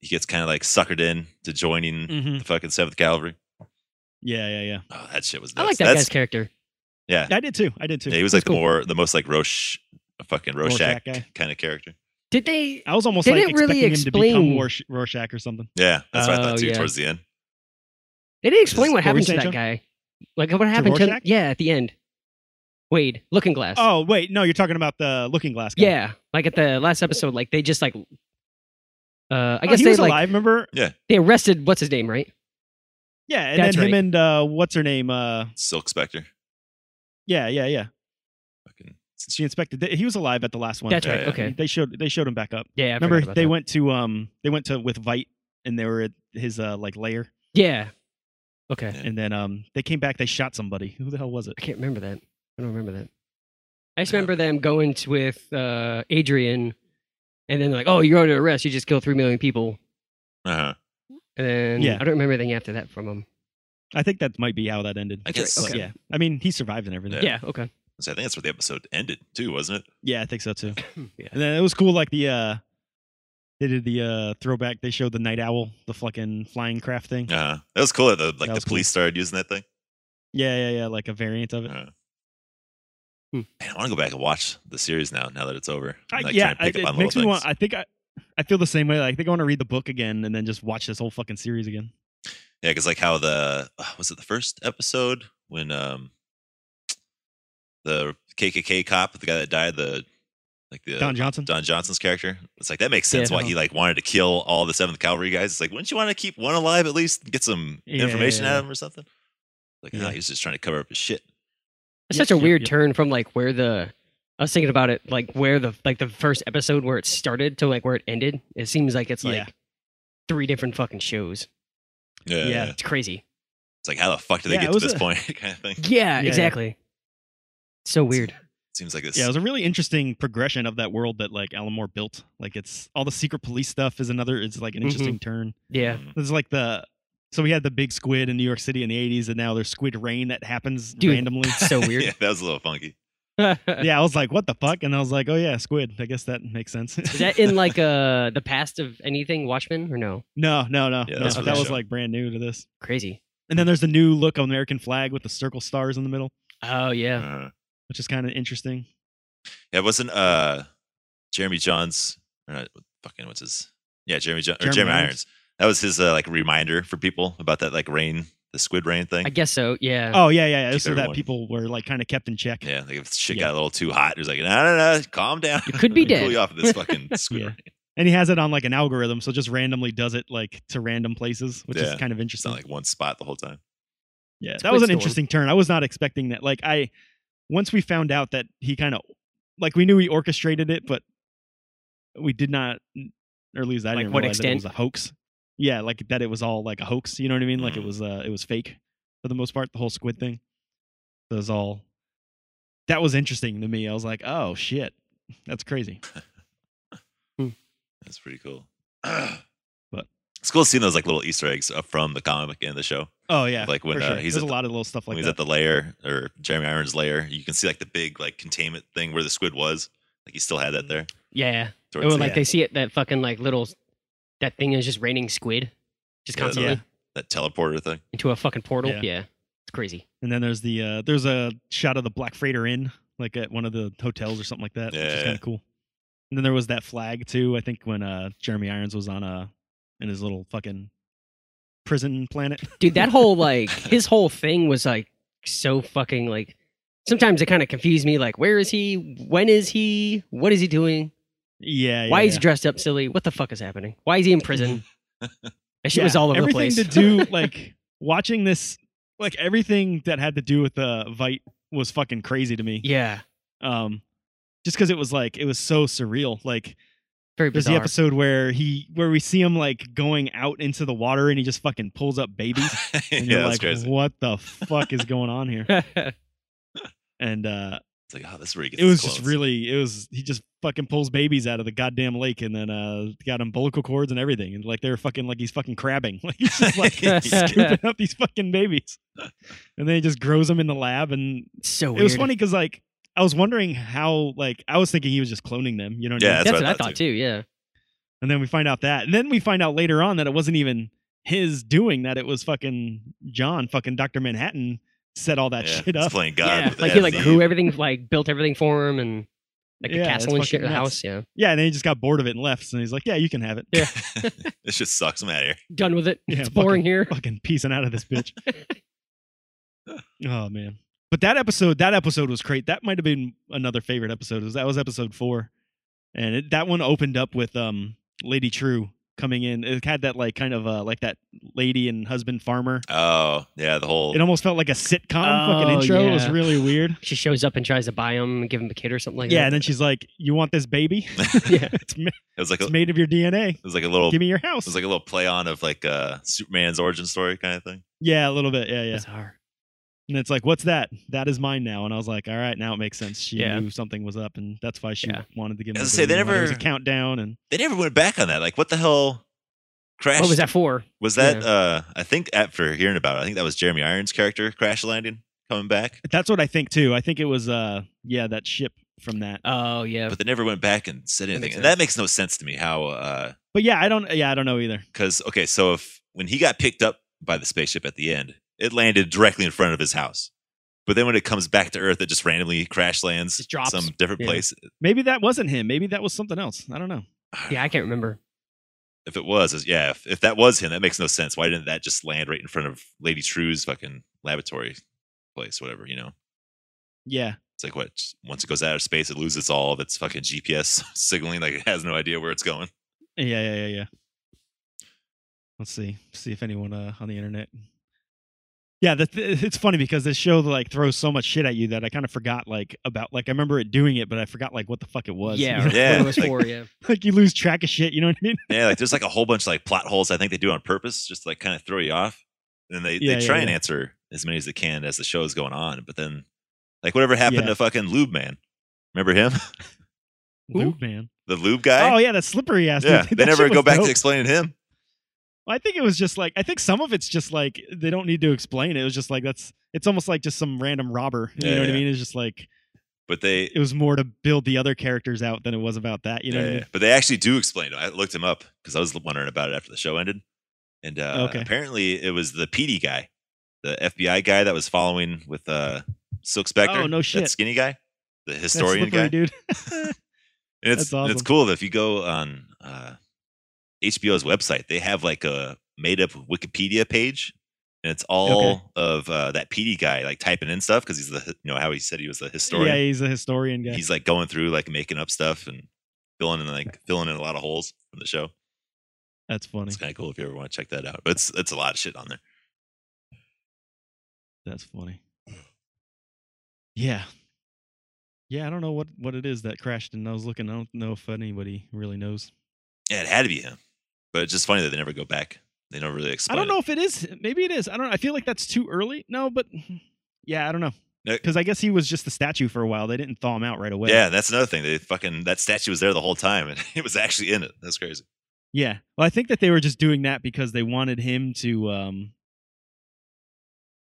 Speaker 2: he gets kind of like suckered in to joining
Speaker 3: Mhm.
Speaker 2: the fucking Seventh Cavalry.
Speaker 3: Yeah, yeah, yeah.
Speaker 2: Oh, that shit was. Nuts.
Speaker 1: I like that
Speaker 2: That's,
Speaker 1: guy's character.
Speaker 2: Yeah,
Speaker 3: I did too. I did too.
Speaker 2: yeah, he was
Speaker 3: That's
Speaker 2: like the more the most like Roche, fucking Rorschach,
Speaker 3: Rorschach guy.
Speaker 2: kind of character.
Speaker 1: Did they?
Speaker 3: I was almost
Speaker 1: They
Speaker 3: like
Speaker 1: didn't really
Speaker 3: expecting him to become
Speaker 1: explain-
Speaker 3: Rorsch- Rorschach or something.
Speaker 2: Yeah, that's what I
Speaker 1: Oh,
Speaker 2: thought too.
Speaker 1: yeah.
Speaker 2: Towards the end,
Speaker 1: They didn't explain
Speaker 2: What
Speaker 1: what
Speaker 3: were you
Speaker 1: happened to
Speaker 3: saying,
Speaker 1: that
Speaker 3: Joe?
Speaker 1: guy. Like what happened to?
Speaker 3: Rorschach?
Speaker 1: Yeah, at the end. Wade, Looking Glass.
Speaker 3: Oh wait, no, you're talking about the Looking Glass guy.
Speaker 1: yeah. Like at the last episode, like they just like. Uh, I
Speaker 3: Oh,
Speaker 1: guess
Speaker 3: he
Speaker 1: they
Speaker 3: was
Speaker 1: like
Speaker 3: alive. Remember?
Speaker 1: they arrested what's his name, right?
Speaker 3: Yeah, and
Speaker 1: That's
Speaker 3: then him
Speaker 1: right.
Speaker 3: and uh, what's her name? Uh,
Speaker 2: Silk Spectre.
Speaker 3: yeah, yeah, yeah.
Speaker 2: Fucking
Speaker 3: She inspected. He was alive at the last one.
Speaker 1: That's
Speaker 2: Yeah,
Speaker 1: right.
Speaker 2: yeah.
Speaker 1: Okay.
Speaker 3: They showed they showed him back up.
Speaker 1: Yeah. I forgot
Speaker 3: Remember
Speaker 1: about
Speaker 3: they
Speaker 1: that.
Speaker 3: went to um they went to with Vite and they were at his uh like lair
Speaker 1: Yeah. Okay.
Speaker 2: Yeah.
Speaker 3: and then um they came back they shot somebody who the hell was it
Speaker 1: I can't remember that. I don't remember that. I just
Speaker 2: Yeah.
Speaker 1: remember them going to, with uh, Adrian, and then like, "Oh, you're under arrest. You just killed three million people."
Speaker 2: uh huh.
Speaker 1: And then
Speaker 3: Yeah.
Speaker 1: I don't remember anything after that from him.
Speaker 3: I think that might be how that ended
Speaker 2: I guess.
Speaker 3: But
Speaker 1: okay.
Speaker 3: yeah I mean he survived and everything
Speaker 1: Yeah. Okay.
Speaker 2: So I think that's where the episode ended too, wasn't it?
Speaker 3: yeah I think so too
Speaker 1: yeah.
Speaker 3: And then it was cool, like the uh they did the uh throwback. They showed the night owl, the fucking flying craft thing. Yeah,
Speaker 2: Uh huh. That was cool. That the, like
Speaker 3: That
Speaker 2: the
Speaker 3: was cool.
Speaker 2: police started using that thing.
Speaker 3: yeah, yeah, like a variant of it.
Speaker 2: Uh,
Speaker 1: Hmm.
Speaker 2: Man, I want to go back and watch the series now. Now that it's over,
Speaker 3: I,
Speaker 2: And, like, try
Speaker 3: yeah,
Speaker 2: and
Speaker 3: I,
Speaker 2: pick up
Speaker 3: it
Speaker 2: on
Speaker 3: makes me
Speaker 2: little
Speaker 3: want.
Speaker 2: things.
Speaker 3: I think I, I feel the same way. Like, I think I want to read the book again and then just watch this whole fucking series again.
Speaker 2: Yeah, because like how the uh, was it the first episode when um the KKK cop, the guy that died, the like the
Speaker 3: Don Johnson.
Speaker 2: Don Johnson's character. It's like that makes sense
Speaker 1: Yeah.
Speaker 2: why he like wanted to kill all the Seventh Cavalry guys. It's like wouldn't you want to keep one alive at least, get some
Speaker 3: Yeah,
Speaker 2: information
Speaker 3: yeah,
Speaker 2: out
Speaker 3: yeah.
Speaker 2: of him or something? Like
Speaker 3: Yeah.
Speaker 2: nah, he's just trying to cover up his shit.
Speaker 1: That's
Speaker 3: Yep,
Speaker 1: such a
Speaker 3: yep,
Speaker 1: weird
Speaker 3: yep.
Speaker 1: turn from like where the I was thinking about it, like where the like the first episode where it started to like where it ended. It seems like it's like
Speaker 3: Yeah.
Speaker 1: three different fucking shows.
Speaker 2: Yeah,
Speaker 3: Yeah.
Speaker 1: It's crazy.
Speaker 2: It's like how the fuck did they
Speaker 3: Yeah,
Speaker 2: get
Speaker 3: it
Speaker 2: to
Speaker 3: was
Speaker 2: this
Speaker 3: a-
Speaker 2: point? kind of thing.
Speaker 1: Yeah.
Speaker 3: Yeah.
Speaker 1: exactly. So weird.
Speaker 2: Seems like this.
Speaker 3: Yeah, it was a really interesting progression of that world that like Alan Moore built. Like, it's all the secret police stuff is another. It's like an
Speaker 2: Mm-hmm.
Speaker 1: Mhm.
Speaker 3: interesting turn.
Speaker 1: Yeah.
Speaker 2: Mm.
Speaker 3: There's like the. So we had the big squid in New York City in the '80s, and now there's squid rain that happens
Speaker 1: Dude.
Speaker 3: randomly.
Speaker 1: So weird.
Speaker 2: yeah, that was a little funky.
Speaker 3: yeah, I was like, "What the fuck?" And I was like, "Oh yeah, squid. I guess that makes sense."
Speaker 1: Is that in like uh the past of anything Watchmen or no?
Speaker 3: no, no, no.
Speaker 2: Yeah,
Speaker 3: no.
Speaker 2: that's
Speaker 1: for
Speaker 3: That
Speaker 1: the
Speaker 3: was
Speaker 2: show.
Speaker 3: like brand new to this.
Speaker 1: Crazy.
Speaker 3: And then there's the new look on the American flag with the circle stars in the middle,
Speaker 1: Oh yeah.
Speaker 2: Uh,
Speaker 3: which is kind of interesting.
Speaker 2: yeah, it wasn't uh Jeremy Johns or not, fucking what's his? Yeah, Jeremy John, or
Speaker 3: Jeremy
Speaker 2: Jeremy Irons.
Speaker 3: Irons.
Speaker 2: That was his uh, like reminder for people about that like rain, the squid rain thing.
Speaker 1: I guess so. Yeah.
Speaker 3: Oh yeah, yeah, yeah.
Speaker 2: Keep
Speaker 3: So
Speaker 2: everyone-
Speaker 3: that people were like kind of kept in check.
Speaker 2: yeah, like if shit
Speaker 3: Yeah.
Speaker 2: got a little too hot, it was like, no, no, no, calm down.
Speaker 1: You could be
Speaker 2: Let me Cool
Speaker 1: dead.
Speaker 2: you off of this fucking squid.
Speaker 3: Yeah.
Speaker 2: rain.
Speaker 3: And he has it on like an algorithm, so just randomly does it like to random places, which
Speaker 2: Yeah.
Speaker 3: is kind of
Speaker 2: It's
Speaker 3: interesting.
Speaker 2: not like one spot the whole time.
Speaker 3: yeah,
Speaker 1: a
Speaker 3: that
Speaker 1: quick
Speaker 3: was an
Speaker 1: storm.
Speaker 3: interesting turn. I was not expecting that. Like I, once we found out that he kind of, like we knew he orchestrated it, but we did not, or at least I
Speaker 1: Like
Speaker 3: didn't
Speaker 1: what
Speaker 3: realize that it
Speaker 1: extent?
Speaker 3: was a hoax. Yeah, like that it was all like a hoax. You know what I mean? Like it
Speaker 2: Mhm.
Speaker 3: was, uh, it was fake. for the most part. The whole squid thing. That was all. That was interesting to me. I was like, oh shit, that's crazy.
Speaker 2: That's pretty cool.
Speaker 3: But-
Speaker 2: but it's cool seeing those like little Easter eggs uh, from the comic and the show.
Speaker 3: Oh yeah,
Speaker 2: Like when,
Speaker 3: for
Speaker 2: uh,
Speaker 3: sure.
Speaker 2: he's
Speaker 3: There's
Speaker 2: at
Speaker 3: a
Speaker 2: the-
Speaker 3: lot of little stuff
Speaker 2: when
Speaker 3: like
Speaker 2: he's
Speaker 3: that.
Speaker 2: at the lair or Jeremy Irons' lair, you can see like the big like containment thing where the squid was. Like he still had that there.
Speaker 1: Yeah.
Speaker 2: towards
Speaker 3: Oh,
Speaker 1: Or
Speaker 2: the
Speaker 1: like
Speaker 2: end.
Speaker 1: they see it that fucking like little that thing is just raining squid just
Speaker 2: Yeah,
Speaker 1: constantly
Speaker 3: yeah.
Speaker 2: that teleporter thing.
Speaker 1: into a fucking portal.
Speaker 3: Yeah.
Speaker 1: Yeah. It's crazy.
Speaker 3: and then there's the uh, there's a shot of the Black Freighter Inn, like at one of the hotels or something like that. which is
Speaker 2: Yeah.
Speaker 3: kind of cool. And then there was that flag too. I think when uh, Jeremy Irons was on a in his little fucking prison planet.
Speaker 1: Dude, that whole like his whole thing was like so fucking like sometimes it kind of confused me like where is he? When is he? What is he doing?
Speaker 3: yeah, yeah,
Speaker 1: Why is
Speaker 3: yeah.
Speaker 1: he dressed up silly? What the fuck is happening? Why is he in prison? That shit was
Speaker 3: Yeah,
Speaker 1: all over the
Speaker 3: everything
Speaker 1: place.
Speaker 3: to do like watching this, like everything that had to do with uh, Vite was fucking crazy to me.
Speaker 1: yeah.
Speaker 3: Um, just because it was like it was so surreal. Like
Speaker 1: Very
Speaker 3: there's
Speaker 1: bizarre.
Speaker 3: the episode where he where we see him like going out into the water and he just fucking pulls up babies. And
Speaker 2: yeah,
Speaker 3: you're
Speaker 2: that's
Speaker 3: like,
Speaker 2: crazy.
Speaker 3: what the fuck is going on here? And uh,
Speaker 2: It's like, oh, this is where he gets
Speaker 3: it was
Speaker 2: his
Speaker 3: just
Speaker 2: clothes.
Speaker 3: really, it was he just fucking pulls babies out of the goddamn lake and then uh, got umbilical cords and everything, and like they're fucking like he's fucking crabbing, like he's just like scooping up these fucking babies, and then he just grows them in the lab, and
Speaker 1: so weird.
Speaker 3: it was funny because like I was wondering how like I was thinking he was just cloning them, you know? What I mean?
Speaker 2: Yeah,
Speaker 1: That's, what I
Speaker 2: thought,
Speaker 1: thought too. Yeah.
Speaker 3: And then we find out that. And then we find out later on that it wasn't even his doing that it was fucking John, fucking Dr. Manhattan set all that
Speaker 2: Yeah,
Speaker 3: shit
Speaker 2: he's
Speaker 3: up.
Speaker 2: playing God.
Speaker 1: yeah.
Speaker 2: with
Speaker 1: Like
Speaker 2: the
Speaker 1: he like
Speaker 2: FZ.
Speaker 1: grew everything like built everything for him and like
Speaker 3: Yeah,
Speaker 1: the castle and
Speaker 3: it's
Speaker 1: shit,
Speaker 3: fucking
Speaker 1: the
Speaker 3: nuts.
Speaker 1: house, yeah.
Speaker 3: Yeah, and then he just got bored of it and left. So he's like, Yeah, you can have it.
Speaker 1: Yeah.
Speaker 2: this just sucks him out of here.
Speaker 1: done with it.
Speaker 3: Yeah,
Speaker 1: it's boring here.
Speaker 3: Fucking piecing out of this bitch. oh man. But that episode, that episode was great. That might have been another favorite episode. It was- That was episode four. And it, that one opened up with um Lady True coming in. It had that like kind of uh like that lady and husband farmer.
Speaker 2: Oh, yeah, the whole
Speaker 3: It almost felt like a sitcom
Speaker 1: Oh,
Speaker 3: fucking intro. It was
Speaker 1: yeah.
Speaker 3: really weird.
Speaker 1: She shows up and tries to buy him and give him a kid or something like
Speaker 3: yeah, and
Speaker 1: that.
Speaker 3: then she's like, "You want this baby?
Speaker 1: Yeah. Oh.
Speaker 3: it's, ma-
Speaker 2: it was like a,
Speaker 3: it's
Speaker 2: it
Speaker 3: made of your DNA.
Speaker 2: was like a little
Speaker 3: Give
Speaker 2: it
Speaker 3: me your house."
Speaker 2: was like a little play on of like uh Superman's origin story kind of thing.
Speaker 3: yeah, a little bit. Yeah, yeah.
Speaker 1: Bizarre.
Speaker 3: And it's like, "What's that? That is mine now." And I was like, "All right, now it makes sense. She
Speaker 1: Yeah.
Speaker 3: knew something was up, and that's why she
Speaker 1: Yeah.
Speaker 3: wanted to give."
Speaker 2: I
Speaker 3: him
Speaker 2: was
Speaker 3: the
Speaker 2: gonna say, they
Speaker 3: baby. Why there was a
Speaker 2: never-
Speaker 3: countdown, and
Speaker 2: They never went back on that. Like what the hell crashed?
Speaker 1: What was that for?
Speaker 2: Was that uh I think after hearing about it, I think that was Jeremy Irons' character crash landing coming back.
Speaker 3: that's what I think too. I think it was, uh, yeah, that ship from that. Uh,
Speaker 1: Oh yeah.
Speaker 2: But they never went back and said anything.
Speaker 1: makes
Speaker 2: and that makes no sense to me how uh
Speaker 3: But yeah, I don't. Yeah, I don't know either.
Speaker 2: Because okay, so if when he got picked up by the spaceship at the end, it landed directly in front of his house. But then when it comes back to Earth, it just randomly crash lands
Speaker 1: Just drops.
Speaker 2: some different
Speaker 1: Yeah.
Speaker 2: place.
Speaker 3: Maybe that wasn't him. Maybe that was something else. I don't know.
Speaker 1: yeah, I can't remember.
Speaker 2: If it was, is- yeah, if, if that was him, that makes no sense. Why didn't that just land right in front of Lady True's fucking laboratory place, whatever, you know?
Speaker 3: Yeah,
Speaker 2: It's like what just- once it goes out of space, it loses all of its fucking GPS signaling, like it has no idea where it's going.
Speaker 3: Yeah, yeah, yeah, yeah. Let's see, see if anyone uh, on the internet. Yeah, the th- it's funny because this show like throws so much shit at you that I kind of forgot like about like I remember it doing it, but I forgot like what the fuck it was.
Speaker 1: Yeah,
Speaker 3: you know?
Speaker 1: right.
Speaker 2: Yeah,
Speaker 1: What it was
Speaker 2: like-
Speaker 1: for, yeah.
Speaker 3: like you lose track of shit. You know what I mean?
Speaker 2: Yeah, like there's like a whole bunch of like plot holes I think they do on purpose, just to like kind of throw you off. And they,
Speaker 3: Yeah,
Speaker 2: they
Speaker 3: yeah,
Speaker 2: try and
Speaker 3: yeah.
Speaker 2: answer as many as they can as the show is going on. But then like whatever happened
Speaker 3: Yeah.
Speaker 2: to fucking Lube Man. Remember him?
Speaker 1: Who?
Speaker 3: Lube man.
Speaker 2: the lube guy?
Speaker 3: Oh yeah, that slippery ass. dude.
Speaker 2: yeah.
Speaker 3: That
Speaker 2: They never
Speaker 3: shit
Speaker 2: go
Speaker 3: was
Speaker 2: back
Speaker 3: dope.
Speaker 2: to explaining him.
Speaker 3: Well, I think it was just like I think some of it's just like they don't need to explain. It It was just like that's it's almost like just some random robber. You
Speaker 2: Yeah,
Speaker 3: know what I
Speaker 2: yeah.
Speaker 3: mean? It's just like
Speaker 2: But they
Speaker 3: it was more to build the other characters out than it was about that. You know?
Speaker 2: yeah,
Speaker 3: what I
Speaker 2: yeah.
Speaker 3: mean?
Speaker 2: but they actually do explain it. I looked him up because I was wondering about it after the show ended. And uh,
Speaker 3: Okay.
Speaker 2: apparently it was the PD guy, the FBI guy that was following with uh Silk Spectre.
Speaker 3: Oh, no shit.
Speaker 2: That skinny guy, the
Speaker 3: That
Speaker 2: historian guy.
Speaker 3: slippery dude.
Speaker 2: And it's
Speaker 3: That's
Speaker 2: and it's
Speaker 3: awesome.
Speaker 2: cool that if you go on uh, HBO's website, they have like a made up Wikipedia page, and it's all
Speaker 3: Okay.
Speaker 2: of uh, that PD guy like typing in stuff because he's the you know how he said he was the
Speaker 3: Yeah,
Speaker 2: historian.
Speaker 3: he's a historian guy.
Speaker 2: He's like going through like making up stuff and filling in like filling in a lot of holes from the show.
Speaker 3: That's funny.
Speaker 2: It's kind of cool if you ever want to check that out. But it's it's a lot of shit on there.
Speaker 3: That's funny. Yeah. Yeah, I don't know what what it is that crashed and I was looking. I don't know if anybody really knows.
Speaker 2: Yeah, it had to be him. But it's just funny that they never go back They don't really
Speaker 3: I
Speaker 2: explain.
Speaker 3: don't
Speaker 2: it.
Speaker 3: know if it is. Maybe it is. I don't. I feel like that's too early. No, but yeah, I don't know.
Speaker 2: No.
Speaker 3: Because I guess he was just a statue for a while. They didn't thaw him out right away.
Speaker 2: Yeah, that's another thing. They fucking that statue was there the whole time, and it was actually in it. That's crazy.
Speaker 3: Yeah. Well, I think that they were just doing that because they wanted him to. um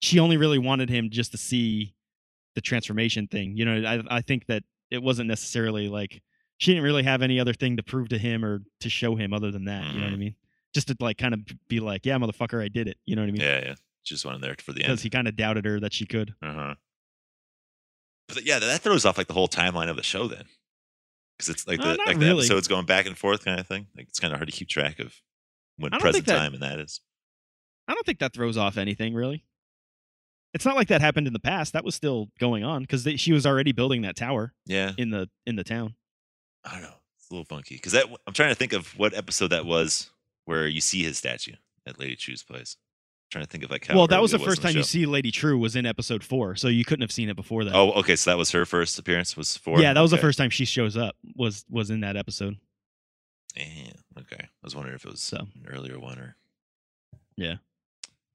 Speaker 3: She only really wanted him just to see the transformation thing. You know, I I think that it wasn't necessarily like she didn't really have any other thing to prove to him or to show him other than that. You
Speaker 2: Mm-hmm.
Speaker 3: know what I mean? Just to like kind of be like, yeah, motherfucker, I did it. You know what I mean?
Speaker 2: Yeah, yeah. Just one in there for the
Speaker 3: Because
Speaker 2: end.
Speaker 3: he kind of doubted her that she could.
Speaker 2: Uh huh. But yeah, that throws off like the whole timeline of the show then, because it's like
Speaker 3: Uh,
Speaker 2: the
Speaker 3: not
Speaker 2: like the
Speaker 3: really.
Speaker 2: episode's going back and forth kind of thing. Like it's kind of hard to keep track of when
Speaker 3: I don't
Speaker 2: present
Speaker 3: think that-
Speaker 2: time and that is.
Speaker 3: I don't think that throws off anything really. It's not like that happened in the past. That was still going on because she was already building that tower
Speaker 2: Yeah,
Speaker 3: in the in the town.
Speaker 2: I don't know. It's a little funky because that I'm trying to think of what episode that was where you see his statue at Lady Chu's place. trying to think of like how
Speaker 3: well, that
Speaker 2: early
Speaker 3: was the
Speaker 2: it
Speaker 3: first
Speaker 2: in
Speaker 3: time you
Speaker 2: show.
Speaker 3: see Lady True was in episode four, so you couldn't have seen it before that.
Speaker 2: Oh, okay. So that was her first appearance. Was four.
Speaker 3: yeah, that was
Speaker 2: Okay.
Speaker 3: the first time she shows up. Was was in that episode.
Speaker 2: Yeah. Okay. I was wondering if it was
Speaker 3: So.
Speaker 2: an earlier one or
Speaker 3: There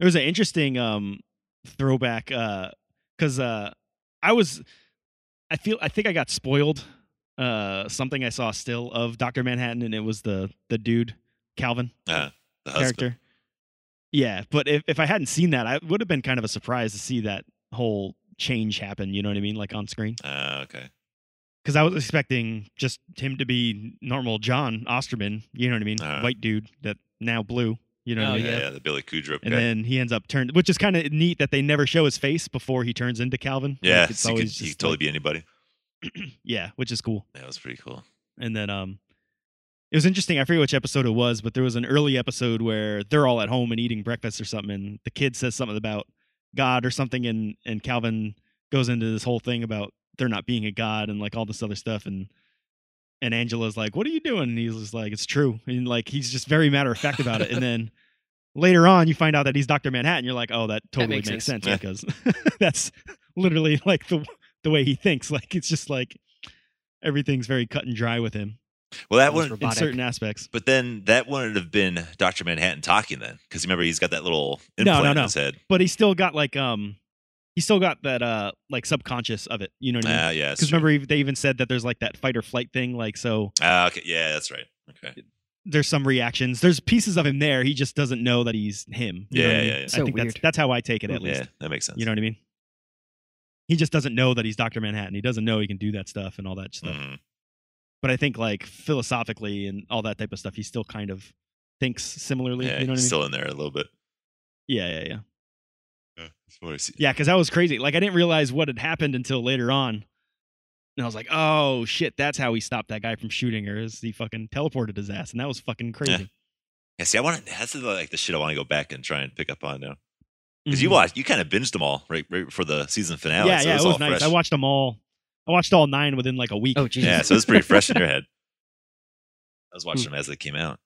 Speaker 3: was an interesting um throwback because uh, I was I feel I think I got spoiled uh something I saw still of Doctor Manhattan, and it was the the dude Calvin.
Speaker 2: uh, the
Speaker 3: character.
Speaker 2: husband.
Speaker 3: Yeah, but if, if I hadn't seen that, I it would have been kind of a surprise to see that whole change happen. You know what I mean, like on screen,
Speaker 2: Uh, okay.
Speaker 3: because I was expecting just him to be normal John Osterman. You know what I mean,
Speaker 2: Uh-huh.
Speaker 3: white dude that now blue. You know, what
Speaker 1: Oh,
Speaker 3: I mean?
Speaker 2: yeah,
Speaker 1: yeah.
Speaker 2: yeah, the Billy Kudrup
Speaker 3: and
Speaker 2: guy.
Speaker 3: then he ends up turned, which is kind of neat that they never show his face before he turns into Calvin.
Speaker 2: yeah,
Speaker 3: Like, it's
Speaker 2: so you could,
Speaker 3: always
Speaker 2: you could
Speaker 3: just
Speaker 2: totally
Speaker 3: like-
Speaker 2: be anybody.
Speaker 3: yeah, which is cool.
Speaker 2: That was pretty cool.
Speaker 3: And then um it was interesting. I forget which episode it was, but there was an early episode where they're all at home and eating breakfast or something, and the kid says something about God or something, and and Calvin goes into this whole thing about there not being a God and like all this other stuff, and and Angela's like, "What are you doing?" And he's just like, "It's true," and like he's just very matter of fact about it, and then. Later on, you find out that he's Doctor Manhattan. You're like, oh, that totally
Speaker 1: makes
Speaker 3: makes
Speaker 1: sense.
Speaker 3: sense because that's literally like the the way he thinks. Like it's just like everything's very cut and dry with him
Speaker 2: Well, that
Speaker 1: That was
Speaker 2: one.
Speaker 1: robotic.
Speaker 3: in certain aspects.
Speaker 2: But then that wouldn't have been Doctor Manhattan talking then, because remember he's got that little implant
Speaker 3: no,
Speaker 2: in
Speaker 3: no.
Speaker 2: his head.
Speaker 3: But he still got like um, he still got that uh like subconscious of it. You know what I mean?
Speaker 2: Ah, yeah. that's
Speaker 3: Because
Speaker 2: true.
Speaker 3: remember they even said that there's like that fight or flight thing. Like so,
Speaker 2: Ah, okay. Yeah, that's right. Okay.
Speaker 3: there's some reactions. There's pieces of him there. He just doesn't know that he's him. You
Speaker 2: Yeah,
Speaker 3: know what I mean?
Speaker 2: yeah, yeah.
Speaker 1: So
Speaker 3: I think
Speaker 1: weird.
Speaker 3: that's that's how I take it at least.
Speaker 2: Yeah, that makes sense.
Speaker 3: You know what I mean? He just doesn't know that he's Doctor Manhattan. He doesn't know he can do that stuff and all that stuff.
Speaker 2: Mhm.
Speaker 3: But I think like philosophically and all that type of stuff, he still kind of thinks similarly.
Speaker 2: Yeah,
Speaker 3: you know what I mean?
Speaker 2: he's still in there a little bit.
Speaker 3: yeah, yeah, yeah.
Speaker 2: That's what I see.
Speaker 3: Yeah, because that was crazy. Like I didn't realize what had happened until later on. And I was like, oh shit, that's how he stopped that guy from shooting her is he fucking teleported his ass. And that was fucking crazy.
Speaker 2: Yeah, see, I want to. That's the, like the shit I want to go back and try and pick up on now. Because
Speaker 3: Mhm.
Speaker 2: you watched, you kind of binged them all right, right before the season finale.
Speaker 3: yeah,
Speaker 2: so
Speaker 3: yeah,
Speaker 2: it was, all
Speaker 3: nice.
Speaker 2: fresh.
Speaker 3: I watched them all. I watched all nine within like a week.
Speaker 1: Oh Jesus.
Speaker 2: yeah, so it was pretty fresh in your head. I was watching them as they came out.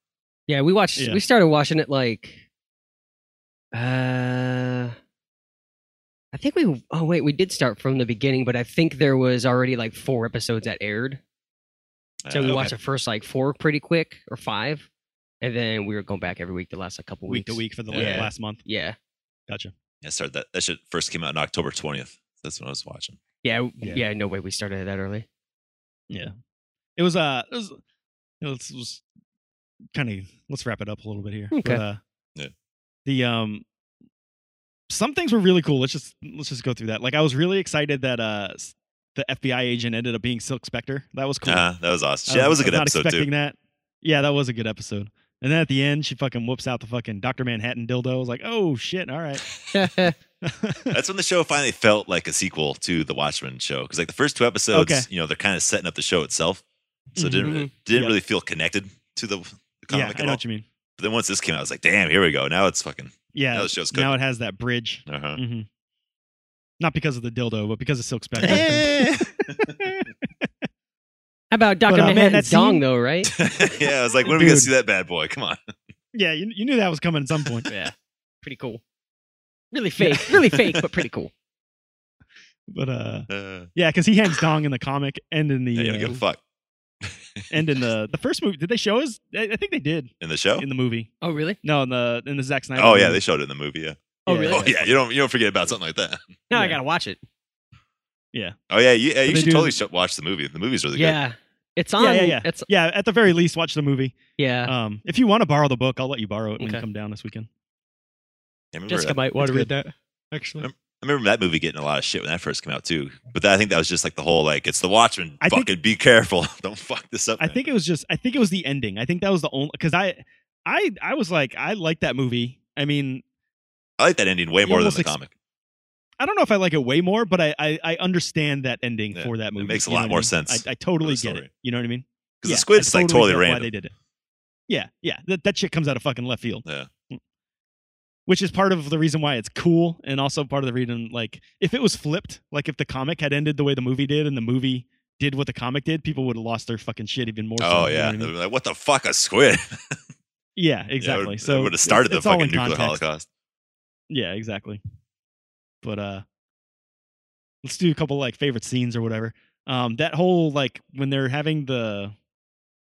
Speaker 1: Yeah, we watched.
Speaker 3: Yeah.
Speaker 1: We started watching it like. Uh, I think we. Oh wait, we did start from the beginning, but I think there was already like four episodes that aired. So
Speaker 2: Uh,
Speaker 1: we
Speaker 2: okay.
Speaker 1: watched the first like four pretty quick or five, and then we were going back every week the last like, couple
Speaker 3: week
Speaker 1: weeks.
Speaker 3: to week for the la-
Speaker 1: Yeah.
Speaker 3: last month.
Speaker 1: Yeah,
Speaker 3: Gotcha.
Speaker 2: I started that. That shit first came out on October 20th. That's when I was watching.
Speaker 1: yeah, w-
Speaker 3: Yeah.
Speaker 1: yeah, No way, we started it that early.
Speaker 3: Yeah. It was uh it was let's was kind of let's wrap it up a little bit here.
Speaker 1: Okay.
Speaker 3: But, uh,
Speaker 2: Yeah.
Speaker 3: The um some things were really cool. Let's just let's just go through that. Like I was really excited that uh s- the FBI agent ended up being Silk Spectre. That was cool.
Speaker 2: Uh, that was awesome.
Speaker 3: I
Speaker 2: Shit, that was a
Speaker 3: I
Speaker 2: good
Speaker 3: not
Speaker 2: episode
Speaker 3: expecting
Speaker 2: too.
Speaker 3: that. Yeah, that was a good episode. And then at the end, she fucking whoops out the fucking Doctor Manhattan dildo. I was like, oh shit, all right.
Speaker 2: That's when the show finally felt like a sequel to the Watchmen show. Because like the first two episodes,
Speaker 3: Okay. Mm-hmm.
Speaker 2: you know, they're kind of setting up the show itself, so it didn't
Speaker 1: Mhm.
Speaker 2: didn't
Speaker 3: Yeah.
Speaker 2: really feel connected to the, the
Speaker 3: yeah,
Speaker 2: comic at
Speaker 3: I know
Speaker 2: all.
Speaker 3: what you mean.
Speaker 2: But then once this came out, I was like, damn, here we go. Now it's fucking.
Speaker 3: Yeah,
Speaker 2: Now the show's
Speaker 3: now it has that bridge.
Speaker 2: Uh huh.
Speaker 3: hmm Not because of the dildo, but because of Silk Spectre.
Speaker 2: yeah,
Speaker 1: How about Doctor
Speaker 3: But, uh, man,
Speaker 1: Manhattan's
Speaker 3: that
Speaker 1: dong
Speaker 3: scene-
Speaker 1: though, right?
Speaker 2: I was like, when are we gonna
Speaker 3: Dude.
Speaker 2: see that bad boy? Come on.
Speaker 3: yeah, you, you knew that was coming at some point.
Speaker 1: yeah, pretty cool. Really fake, really fake, but pretty cool.
Speaker 3: But uh,
Speaker 2: Uh,
Speaker 3: yeah, because he hangs dong in the comic and in the
Speaker 2: yeah, you
Speaker 3: uh,
Speaker 2: don't give a fuck.
Speaker 3: and in the the first movie, did they show his? I I think they did
Speaker 2: in the show.
Speaker 3: in the movie.
Speaker 1: Oh, really?
Speaker 3: No, in the in the Zack Snyder.
Speaker 2: Oh yeah,
Speaker 3: movie.
Speaker 2: they showed it in the movie. Yeah.
Speaker 1: Oh,
Speaker 3: Yeah.
Speaker 1: really?
Speaker 2: Oh yeah, you don't you don't forget about something like that.
Speaker 1: Now I
Speaker 3: Yeah.
Speaker 1: gotta watch it.
Speaker 2: Oh yeah, you, yeah, you
Speaker 3: they
Speaker 2: should
Speaker 3: do-
Speaker 2: totally sh- watch the movie. The movie's really
Speaker 1: yeah, it's on.
Speaker 3: Yeah, yeah, yeah.
Speaker 1: It's
Speaker 3: yeah, at the very least, watch the movie.
Speaker 1: yeah.
Speaker 3: Um, if you want to borrow the book, I'll let you borrow it when you
Speaker 1: Okay.
Speaker 3: come down this weekend.
Speaker 2: good. I remember,
Speaker 1: Jessica
Speaker 2: that,
Speaker 1: might want to
Speaker 3: It's
Speaker 1: read that. Actually,
Speaker 2: I remember that movie getting a lot of shit when that first came out too. But that, I think that was just like the whole like it's the Watchmen.
Speaker 3: I
Speaker 2: fucking
Speaker 3: think-
Speaker 2: be careful, don't fuck this up.
Speaker 3: I
Speaker 2: man.
Speaker 3: think it was just. I think it was the ending. I think that was the only because I, I, I was like, I like that movie. I mean,
Speaker 2: I like that ending way more than
Speaker 3: almost
Speaker 2: the
Speaker 3: ex-
Speaker 2: comic.
Speaker 3: I don't know if I like it way more, but I, I, I understand that ending
Speaker 2: Yeah,
Speaker 3: for that movie.
Speaker 2: makes a
Speaker 3: You know
Speaker 2: lot
Speaker 3: what I
Speaker 2: more
Speaker 3: mean?
Speaker 2: sense
Speaker 3: I, I totally
Speaker 2: for the
Speaker 3: get
Speaker 2: story.
Speaker 3: it. You know what I mean?
Speaker 2: Because
Speaker 3: Yeah,
Speaker 2: the squid's
Speaker 3: I
Speaker 2: like totally
Speaker 3: get Why
Speaker 2: random.
Speaker 3: they did it? Yeah, yeah. That that shit comes out of fucking left field.
Speaker 2: Yeah.
Speaker 3: Which is part of the reason why it's cool, and also part of the reason like if it was flipped, like if the comic had ended the way the movie did, and the movie did what the comic did, people would have lost their fucking shit even more. so,
Speaker 2: Oh
Speaker 3: you know
Speaker 2: yeah,
Speaker 3: what I
Speaker 2: They'd
Speaker 3: mean?
Speaker 2: be like what the fuck a squid?
Speaker 3: yeah, exactly. so
Speaker 2: would have started
Speaker 3: it's,
Speaker 2: the
Speaker 3: it's all
Speaker 2: fucking
Speaker 3: in
Speaker 2: nuclear
Speaker 3: context.
Speaker 2: holocaust.
Speaker 3: Yeah, exactly. But uh let's do a couple like favorite scenes or whatever. Um that whole like when they're having the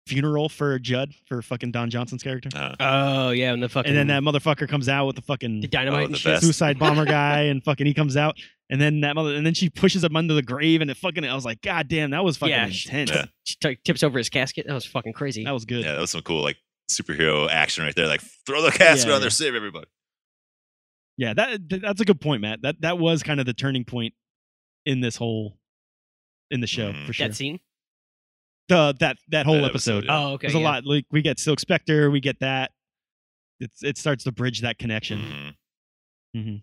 Speaker 3: funeral for Judd for fucking Don Johnson's character.
Speaker 2: Uh,
Speaker 1: oh yeah, and the fucking
Speaker 3: And then that motherfucker comes out with the fucking
Speaker 1: the dynamite
Speaker 2: Oh,
Speaker 1: and
Speaker 2: the
Speaker 1: shit.
Speaker 2: best.
Speaker 3: suicide bomber guy and fucking he comes out and then that mother and then she pushes him under the grave and it fucking I was like god damn that was fucking
Speaker 1: Yeah, she-
Speaker 3: intense.
Speaker 2: Yeah.
Speaker 1: She t- tips over his casket. That was fucking crazy.
Speaker 3: That was good.
Speaker 2: yeah, that was some cool like superhero action right there. Like throw the cast
Speaker 3: Yeah,
Speaker 2: around there,
Speaker 3: yeah.
Speaker 2: save everybody.
Speaker 3: Yeah, that th- that's a good point, Matt. That that was kind of the turning point in this whole in the show
Speaker 2: Mhm.
Speaker 3: for sure.
Speaker 1: Mm-hmm. that scene.
Speaker 3: the that that whole
Speaker 2: That
Speaker 3: episode.
Speaker 2: episode, yeah.
Speaker 1: Oh, okay.
Speaker 3: There's a
Speaker 1: yeah.
Speaker 3: lot. Like we get Silk Spectre, we get that. It's it starts to bridge that connection. Mm-hmm.
Speaker 2: Mhm.
Speaker 1: Mm-hmm.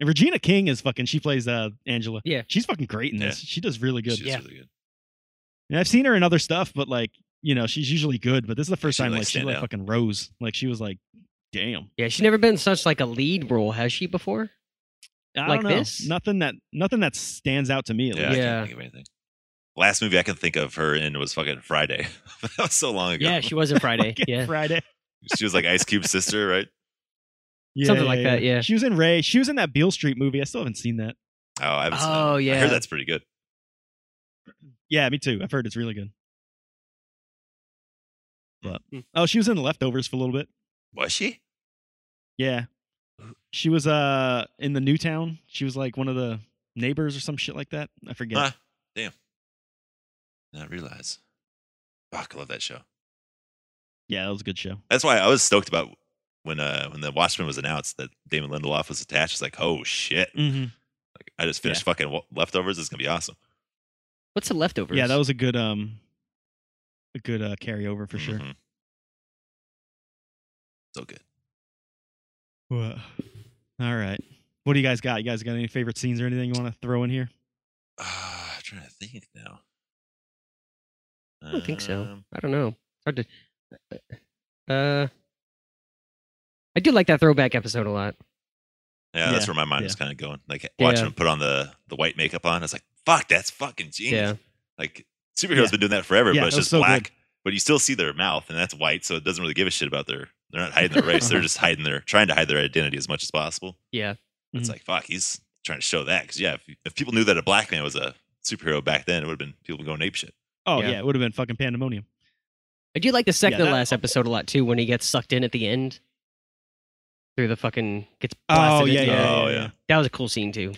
Speaker 3: And Regina King is fucking. She plays uh Angela.
Speaker 1: Yeah.
Speaker 3: she's fucking great in this. She does really good.
Speaker 2: She was
Speaker 1: Yeah.
Speaker 2: really good.
Speaker 3: And I've seen her in other stuff, but like you know, she's usually good. But this is the first
Speaker 2: She,
Speaker 3: time
Speaker 2: like,
Speaker 3: like she
Speaker 2: stand
Speaker 3: like
Speaker 2: out.
Speaker 3: fucking rose. Like she was like, damn.
Speaker 1: Yeah, she's never been such like a lead role, has she before?
Speaker 3: I
Speaker 1: Like
Speaker 3: don't know.
Speaker 1: this?
Speaker 3: Nothing that nothing that stands out to me. At
Speaker 2: Yeah, I
Speaker 3: least.
Speaker 1: Yeah.
Speaker 2: can't think of anything. Last movie I can think of her in was fucking Friday. that was so long ago.
Speaker 1: Yeah, she was in Friday.
Speaker 3: Fucking
Speaker 1: yeah.
Speaker 3: Friday.
Speaker 2: she was like Ice Cube's sister, right?
Speaker 3: Yeah,
Speaker 1: Something like that, yeah.
Speaker 3: She was in Ray. She was in that Beale Street movie. I still haven't seen that.
Speaker 2: Oh, I haven't seen that.
Speaker 1: Oh
Speaker 2: I
Speaker 1: yeah.
Speaker 2: heard that's pretty good.
Speaker 3: Yeah, me too. I've heard it's really good. But
Speaker 1: Hmm.
Speaker 3: oh, she was in the leftovers for a little bit.
Speaker 2: Was she?
Speaker 3: Yeah. She was uh in the new town. She was like one of the neighbors or some shit like that. I forget.
Speaker 2: Huh. Not realize. Fuck, I love that show.
Speaker 3: Yeah, that was a good show.
Speaker 2: That's why I was stoked about when uh when the Watchmen was announced that Damon Lindelof was attached. It's like, oh shit!
Speaker 3: Mm-hmm.
Speaker 2: Like, I just finished fucking wa- leftovers. It's gonna be awesome.
Speaker 1: What's the leftovers?
Speaker 3: Yeah, that was a good um a good uh carryover for sure.
Speaker 2: Mhm. So good. Mm-hmm.
Speaker 3: Wha- All right. What do you guys got? You guys got any favorite scenes or anything you want to throw in here?
Speaker 2: Uh, I'm trying to think now.
Speaker 1: I don't think so.
Speaker 2: Um,
Speaker 1: I don't know. Hard to. Uh, I do like that throwback episode a lot.
Speaker 2: Yeah, that's
Speaker 3: Yeah,
Speaker 2: where my mind
Speaker 3: yeah.
Speaker 2: was kind of going. Like
Speaker 1: Yeah.
Speaker 2: watching him put on the the white makeup on. I was like, fuck, that's fucking genius.
Speaker 1: Yeah.
Speaker 2: Like superheroes
Speaker 3: Yeah.
Speaker 2: been doing that forever,
Speaker 3: Yeah,
Speaker 2: but it's
Speaker 3: that was
Speaker 2: just
Speaker 3: so good.
Speaker 2: black. But you still see their mouth, and that's white, so it doesn't really give a shit about their. They're not hiding their race. they're just hiding their, trying to hide their identity as much as possible.
Speaker 1: Yeah.
Speaker 2: It's
Speaker 3: Mhm.
Speaker 2: like fuck, he's trying to show that because yeah, if, if people knew that a black man was a superhero back then, it would have been people going ape shit.
Speaker 3: Oh
Speaker 1: Yeah.
Speaker 3: yeah, it would have been fucking pandemonium.
Speaker 1: I do like the second
Speaker 3: Yeah,
Speaker 1: to
Speaker 3: that-
Speaker 1: last episode a lot too when he gets sucked in at the end through the fucking gets
Speaker 3: Oh
Speaker 1: blasted.
Speaker 3: yeah,
Speaker 1: in-
Speaker 3: yeah, yeah,
Speaker 2: Oh,
Speaker 3: yeah,
Speaker 2: yeah.
Speaker 3: yeah.
Speaker 1: That was a cool scene too.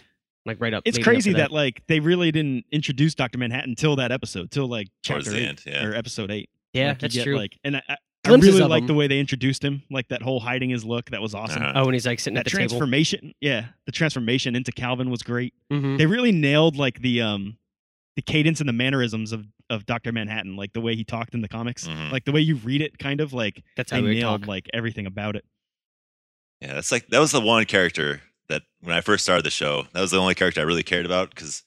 Speaker 1: Like right up.
Speaker 3: It's
Speaker 1: leading up to
Speaker 3: crazy that. like they really didn't introduce Doctor Manhattan till that episode, till like chapter
Speaker 2: Towards the
Speaker 3: eight
Speaker 2: end, yeah.
Speaker 3: or episode eight.
Speaker 1: Yeah,
Speaker 3: Like, you
Speaker 1: that's
Speaker 3: get,
Speaker 1: true.
Speaker 3: Like, and I, I- I
Speaker 1: Glimpses
Speaker 3: really
Speaker 1: of
Speaker 3: like
Speaker 1: him.
Speaker 3: the way they introduced him, like that whole hiding his look. That was awesome.
Speaker 2: Uh-huh.
Speaker 1: oh, when he's like sitting
Speaker 3: That
Speaker 1: at the table.
Speaker 3: transformation, yeah, the transformation into Calvin was great.
Speaker 1: Mhm.
Speaker 2: Mm-hmm.
Speaker 3: They really nailed like the um, the cadence and the mannerisms of of Doctor Manhattan, like the way he talked in the comics,
Speaker 2: Mhm.
Speaker 3: like the way you read it, kind of like
Speaker 1: That's
Speaker 3: they
Speaker 1: how we
Speaker 3: nailed
Speaker 1: talk.
Speaker 3: like everything about it.
Speaker 2: Yeah, that's like that was the one character that when I first started the show, that was the only character I really cared about because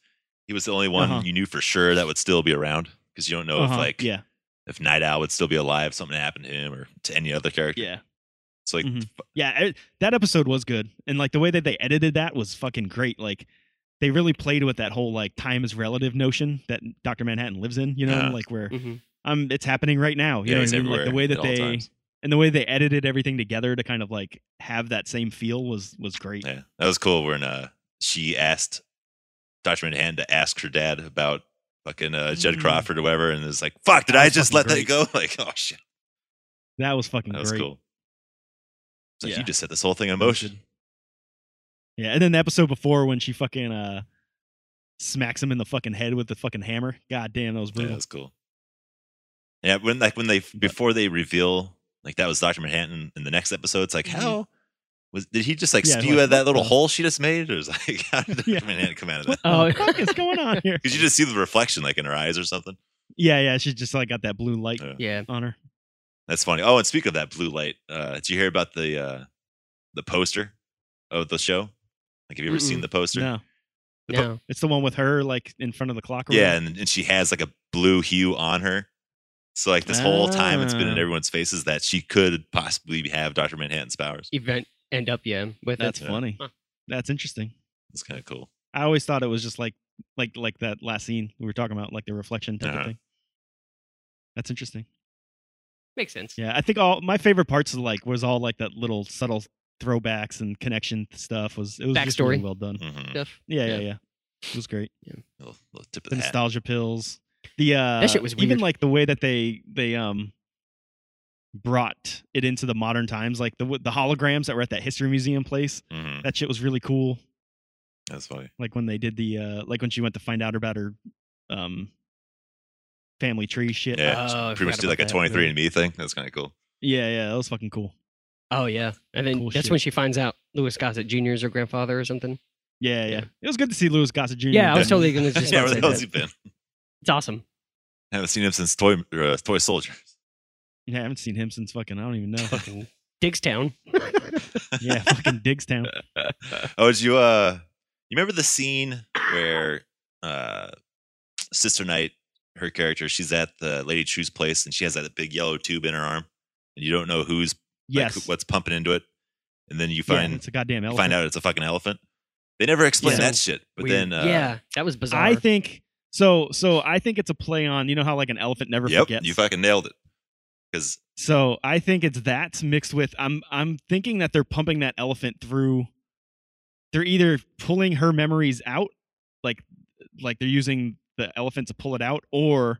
Speaker 2: he was the only one
Speaker 3: Uh-huh.
Speaker 2: you knew for sure that would still be around because you don't know
Speaker 3: Uh-huh,
Speaker 2: if like
Speaker 3: yeah,
Speaker 2: if Night Owl would still be alive, something happened to him or to any other character.
Speaker 3: yeah,
Speaker 2: It's like
Speaker 3: Mhm. yeah. I- that episode was good, and like the way that they edited that was fucking great. Like. They really played with that whole like time is relative notion that Doctor Manhattan lives in, you know,
Speaker 2: Yeah.
Speaker 3: like where
Speaker 1: Mhm.
Speaker 3: um it's happening right now. You
Speaker 2: yeah,
Speaker 3: know
Speaker 2: he's
Speaker 3: what I mean?
Speaker 2: everywhere
Speaker 3: Like the way
Speaker 2: at
Speaker 3: that
Speaker 2: all
Speaker 3: they
Speaker 2: times.
Speaker 3: and the way they edited everything together to kind of like have that same feel was was great.
Speaker 2: Yeah, that was cool when uh she asked Doctor Manhattan to ask her dad about fucking uh, Judd
Speaker 3: Mm.
Speaker 2: Crawford or whatever, and it's like, fuck, did I
Speaker 3: was
Speaker 2: just
Speaker 3: fucking
Speaker 2: let
Speaker 3: great.
Speaker 2: that go? Like, oh shit,
Speaker 3: That was fucking
Speaker 2: that was
Speaker 3: great.
Speaker 2: cool. It's like
Speaker 3: Yeah.
Speaker 2: you just set this whole thing in motion.
Speaker 3: Yeah, and then the episode before when she fucking uh smacks him in the fucking head with the fucking hammer. God damn, that was
Speaker 2: Yeah,
Speaker 3: brutal.
Speaker 2: that was cool. Yeah, when like when they before they reveal like that was Doctor Manhattan in the next episode, it's like
Speaker 3: Mhm.
Speaker 2: how was did he just like
Speaker 3: Yeah,
Speaker 2: spew
Speaker 3: like,
Speaker 2: out that little
Speaker 3: uh,
Speaker 2: hole she just made, or is like how did Doctor
Speaker 3: Yeah.
Speaker 2: Manhattan come out of
Speaker 3: What
Speaker 2: that?
Speaker 3: the
Speaker 1: Oh.
Speaker 3: fuck is going on here?
Speaker 2: Because you just see the reflection like in her eyes or something.
Speaker 3: Yeah, yeah, she's just like got that blue light
Speaker 2: Yeah.
Speaker 1: Yeah.
Speaker 3: on her.
Speaker 2: That's funny. Oh, and speak of that blue light, uh, did you hear about the uh, the poster of the show? Like, have you ever seen
Speaker 1: Mm-mm.
Speaker 2: the poster?
Speaker 3: No,
Speaker 2: The po-
Speaker 1: No.
Speaker 3: it's the one with her like in front of the clock. or
Speaker 2: Yeah,
Speaker 3: whatever.
Speaker 2: and, and she has like a blue hue on her. So like this whole time, it's been in
Speaker 3: Ah.
Speaker 2: everyone's faces that she could possibly have Doctor Manhattan's powers.
Speaker 1: Event end up yeah with
Speaker 3: that's
Speaker 1: it.
Speaker 2: Yeah.
Speaker 3: funny.
Speaker 1: Huh.
Speaker 3: That's interesting.
Speaker 2: It's kind of cool.
Speaker 3: I always thought it was just like like like that last scene we were talking about, like the reflection type
Speaker 2: Uh-huh.
Speaker 3: of thing. That's interesting.
Speaker 1: Makes sense.
Speaker 3: Yeah, I think all my favorite parts of like was all like that little subtle throwbacks and connection stuff was it was just really
Speaker 1: Backstory.
Speaker 3: well done.
Speaker 2: Mm-hmm.
Speaker 1: Stuff.
Speaker 3: Yeah, yeah,
Speaker 1: Yeah.
Speaker 3: yeah. It was great.
Speaker 2: Little, little tip of
Speaker 3: The
Speaker 2: the hat.
Speaker 3: nostalgia pills. The uh
Speaker 1: shit was
Speaker 3: even
Speaker 1: weird.
Speaker 3: like the way that they they um brought it into the modern times like the the holograms that were at that history museum place.
Speaker 2: Mhm.
Speaker 3: That shit was really cool.
Speaker 2: That's funny.
Speaker 3: like when they did the uh like when she went to find out about her um family tree shit
Speaker 2: Yeah,
Speaker 1: Oh, I
Speaker 2: she pretty much
Speaker 1: forgot
Speaker 2: did like a
Speaker 3: about that, yeah.
Speaker 2: 23 and Me thing. That's kind of cool.
Speaker 3: yeah yeah that was fucking cool
Speaker 1: Oh yeah. And then
Speaker 3: Cool
Speaker 1: that's
Speaker 3: shit.
Speaker 1: when she finds out Louis Gossett Jr. is her grandfather or something.
Speaker 3: yeah yeah,
Speaker 1: Yeah.
Speaker 3: it was good to see louis gossett jr
Speaker 1: Mm. Yeah, I was
Speaker 3: back.
Speaker 1: totally gonna just
Speaker 2: yeah,
Speaker 1: about to
Speaker 2: where the
Speaker 1: say
Speaker 2: hell's
Speaker 1: that.
Speaker 2: he been?
Speaker 1: It's awesome.
Speaker 2: haven't seen him since Toy or, uh, Toy Soldier.
Speaker 3: yeah i haven't seen him since fucking i don't even know
Speaker 1: Fucking Digstown.
Speaker 3: yeah fucking digstown
Speaker 2: oh, did you uh you remember the scene where uh Sister Knight, her character, she's at the Lady Chu's place and she has that big yellow tube in her arm and you don't know who's like,
Speaker 3: yes
Speaker 2: who- what's pumping into it. And then you
Speaker 3: Yeah,
Speaker 2: find
Speaker 3: it's a goddamn
Speaker 2: you
Speaker 3: elephant.
Speaker 2: find out it's a fucking elephant. They never explain
Speaker 1: Yeah.
Speaker 2: that shit. But
Speaker 1: Weird.
Speaker 2: then uh
Speaker 1: yeah, that was bizarre.
Speaker 3: i think so so i think it's a play on you know how like an elephant never
Speaker 2: yep,
Speaker 3: forgets
Speaker 2: you fucking nailed it. Cuz
Speaker 3: so i think it's that mixed with i'm i'm thinking that they're pumping that elephant through they're either pulling her memories out like like they're using the elephant to pull it out or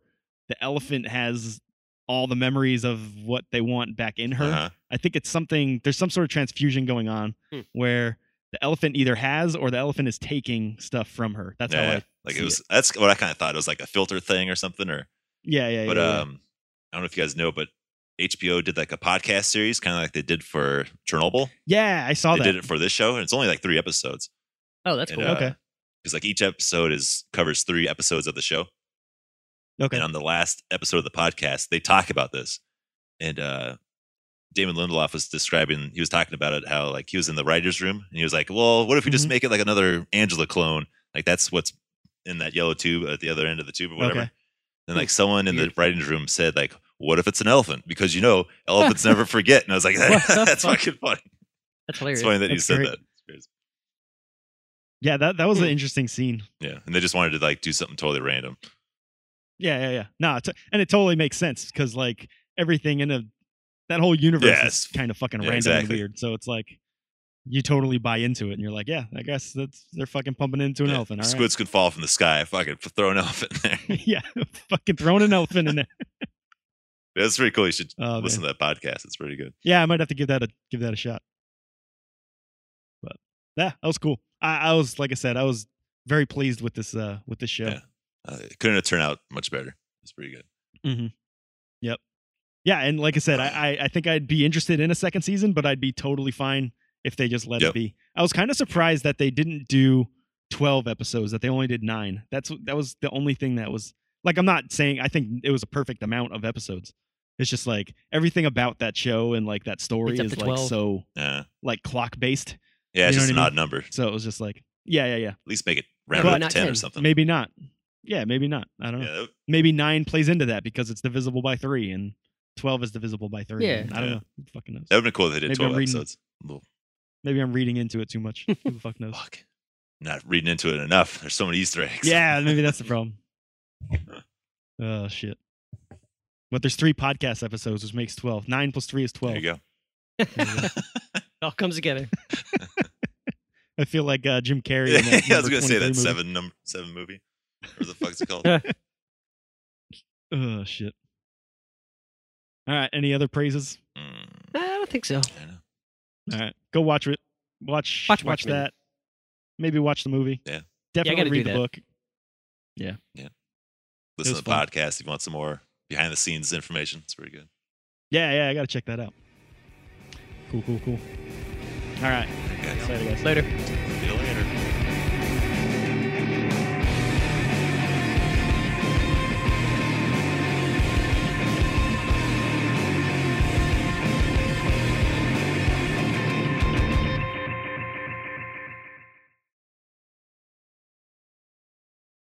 Speaker 3: the elephant has all the memories of what they want back in her
Speaker 2: uh-huh.
Speaker 3: i think it's something there's some sort of transfusion going on
Speaker 1: Hmm.
Speaker 3: where the elephant either has or the elephant is taking stuff from her that's
Speaker 2: yeah,
Speaker 3: how
Speaker 2: yeah.
Speaker 3: i
Speaker 2: like
Speaker 3: see
Speaker 2: it was that's what I kind of thought it was like a filter thing or something or
Speaker 3: yeah yeah
Speaker 2: But
Speaker 3: yeah, yeah.
Speaker 2: um, I don't know if you guys know, but HBO did like a podcast series, kind of like they did for Chernobyl.
Speaker 3: yeah i saw
Speaker 2: they
Speaker 3: that
Speaker 2: did it for this show, and it's only like three episodes.
Speaker 1: Oh, that's cool.
Speaker 2: And, uh,
Speaker 3: Okay.
Speaker 2: Because like each episode is covers three episodes of the show,
Speaker 3: okay
Speaker 2: and on the last episode of the podcast, they talk about this. And uh, Damon Lindelof was describing, he was talking about it, how like he was in the writers' room, and he was like, "Well, what if we just
Speaker 3: Mhm.
Speaker 2: make it like another Angela clone? Like that's what's in that yellow tube at the other end of the tube or whatever."
Speaker 3: Okay.
Speaker 2: And like someone in the
Speaker 1: Weird.
Speaker 2: writing room said, like, what if it's an elephant? Because you know, elephants never forget. And I was like,
Speaker 1: What the
Speaker 2: that's
Speaker 1: fuck?
Speaker 2: fucking funny.
Speaker 1: That's hilarious.
Speaker 2: It's funny that he
Speaker 3: That's
Speaker 2: said
Speaker 3: great.
Speaker 2: that.
Speaker 3: yeah that, that was an
Speaker 1: Hmm.
Speaker 3: interesting scene
Speaker 2: Yeah. And they just wanted to like do something totally random.
Speaker 3: Yeah, yeah, yeah. No, it's, and it totally makes sense because like everything in a that whole universe
Speaker 2: Yes.
Speaker 3: is kind of fucking
Speaker 2: Yeah,
Speaker 3: random
Speaker 2: exactly.
Speaker 3: and weird. So it's like you totally buy into it, and you're like, yeah, I guess that's they're fucking pumping into an
Speaker 2: Yeah.
Speaker 3: elephant. all right.
Speaker 2: Squids could fall from the sky. Fucking f- throw an elephant in there.
Speaker 3: yeah, fucking throwing an elephant in there.
Speaker 2: That's pretty cool. You should
Speaker 3: Oh,
Speaker 2: listen
Speaker 3: man.
Speaker 2: to that podcast. It's pretty good.
Speaker 3: Yeah, I might have to give that a give that a shot. But yeah, that was cool. I, I was like I said, I was very pleased with this uh with this show.
Speaker 2: Yeah. Uh, it couldn't have turned out much better. It's pretty good.
Speaker 3: Yeah, and like I said, I, I I think I'd be interested in a second season, but I'd be totally fine if they just let
Speaker 2: Yep.
Speaker 3: it be. I was kind of surprised that they didn't do twelve episodes; that they only did nine. That's that was the only thing that was like. I'm not saying I think it was a perfect amount of episodes. It's just like everything about that show and like that story
Speaker 1: It's up
Speaker 3: is
Speaker 1: to
Speaker 3: like
Speaker 1: 12.
Speaker 3: so
Speaker 2: Yeah.
Speaker 3: like clock based.
Speaker 2: Yeah. It's just
Speaker 3: You know what
Speaker 2: an
Speaker 3: I mean?
Speaker 2: odd number. At
Speaker 3: So it was just like, yeah, yeah, yeah.
Speaker 2: least make it round
Speaker 3: But
Speaker 2: up to
Speaker 1: not
Speaker 2: 10, or
Speaker 1: 10.
Speaker 2: something.
Speaker 3: Maybe not. Yeah, maybe not. I don't know.
Speaker 2: Yeah, that-
Speaker 3: Maybe nine plays into that because it's divisible by three, and twelve is divisible by three.
Speaker 1: Yeah.
Speaker 3: and I don't
Speaker 2: Yeah.
Speaker 3: know. Who fucking knows.
Speaker 2: that would have been cool if they did
Speaker 3: Maybe
Speaker 2: 12
Speaker 3: I'm reading-
Speaker 2: episodes. Little-
Speaker 3: Maybe I'm reading into it too much. Who the fuck knows?
Speaker 2: Fuck. Not reading into it enough. There's so many Easter eggs.
Speaker 3: Yeah, maybe that's the problem. Oh shit. But there's three podcast episodes, which makes twelve. Nine plus three is
Speaker 2: There
Speaker 3: twelve.
Speaker 2: you go.
Speaker 1: It all comes together.
Speaker 3: I feel like uh, Jim Carrey. in
Speaker 2: Yeah,
Speaker 3: that
Speaker 2: I was
Speaker 3: number
Speaker 2: going to say
Speaker 3: 23
Speaker 2: that
Speaker 3: movie.
Speaker 2: seven number seven movie. Or the fuck's it called? Mm,
Speaker 3: Oh shit. All right. Any other praises?
Speaker 2: Mm,
Speaker 1: I don't think so.
Speaker 2: I don't know.
Speaker 3: All right. Go watch it. Watch watch,
Speaker 1: Watch Watchmen.
Speaker 3: that. Maybe watch the movie.
Speaker 2: Yeah.
Speaker 1: Yeah, I
Speaker 3: Definitely
Speaker 1: gotta
Speaker 3: read
Speaker 1: do
Speaker 3: the
Speaker 1: that.
Speaker 3: book.
Speaker 2: Listen
Speaker 3: was
Speaker 2: to the
Speaker 3: fun.
Speaker 2: podcast if you want some more behind the scenes information. It's pretty good.
Speaker 3: Yeah, yeah, I gotta check that out. Cool, cool, cool. All right.
Speaker 2: All right, guys.
Speaker 3: Later, guys.
Speaker 1: Later.
Speaker 2: Bye.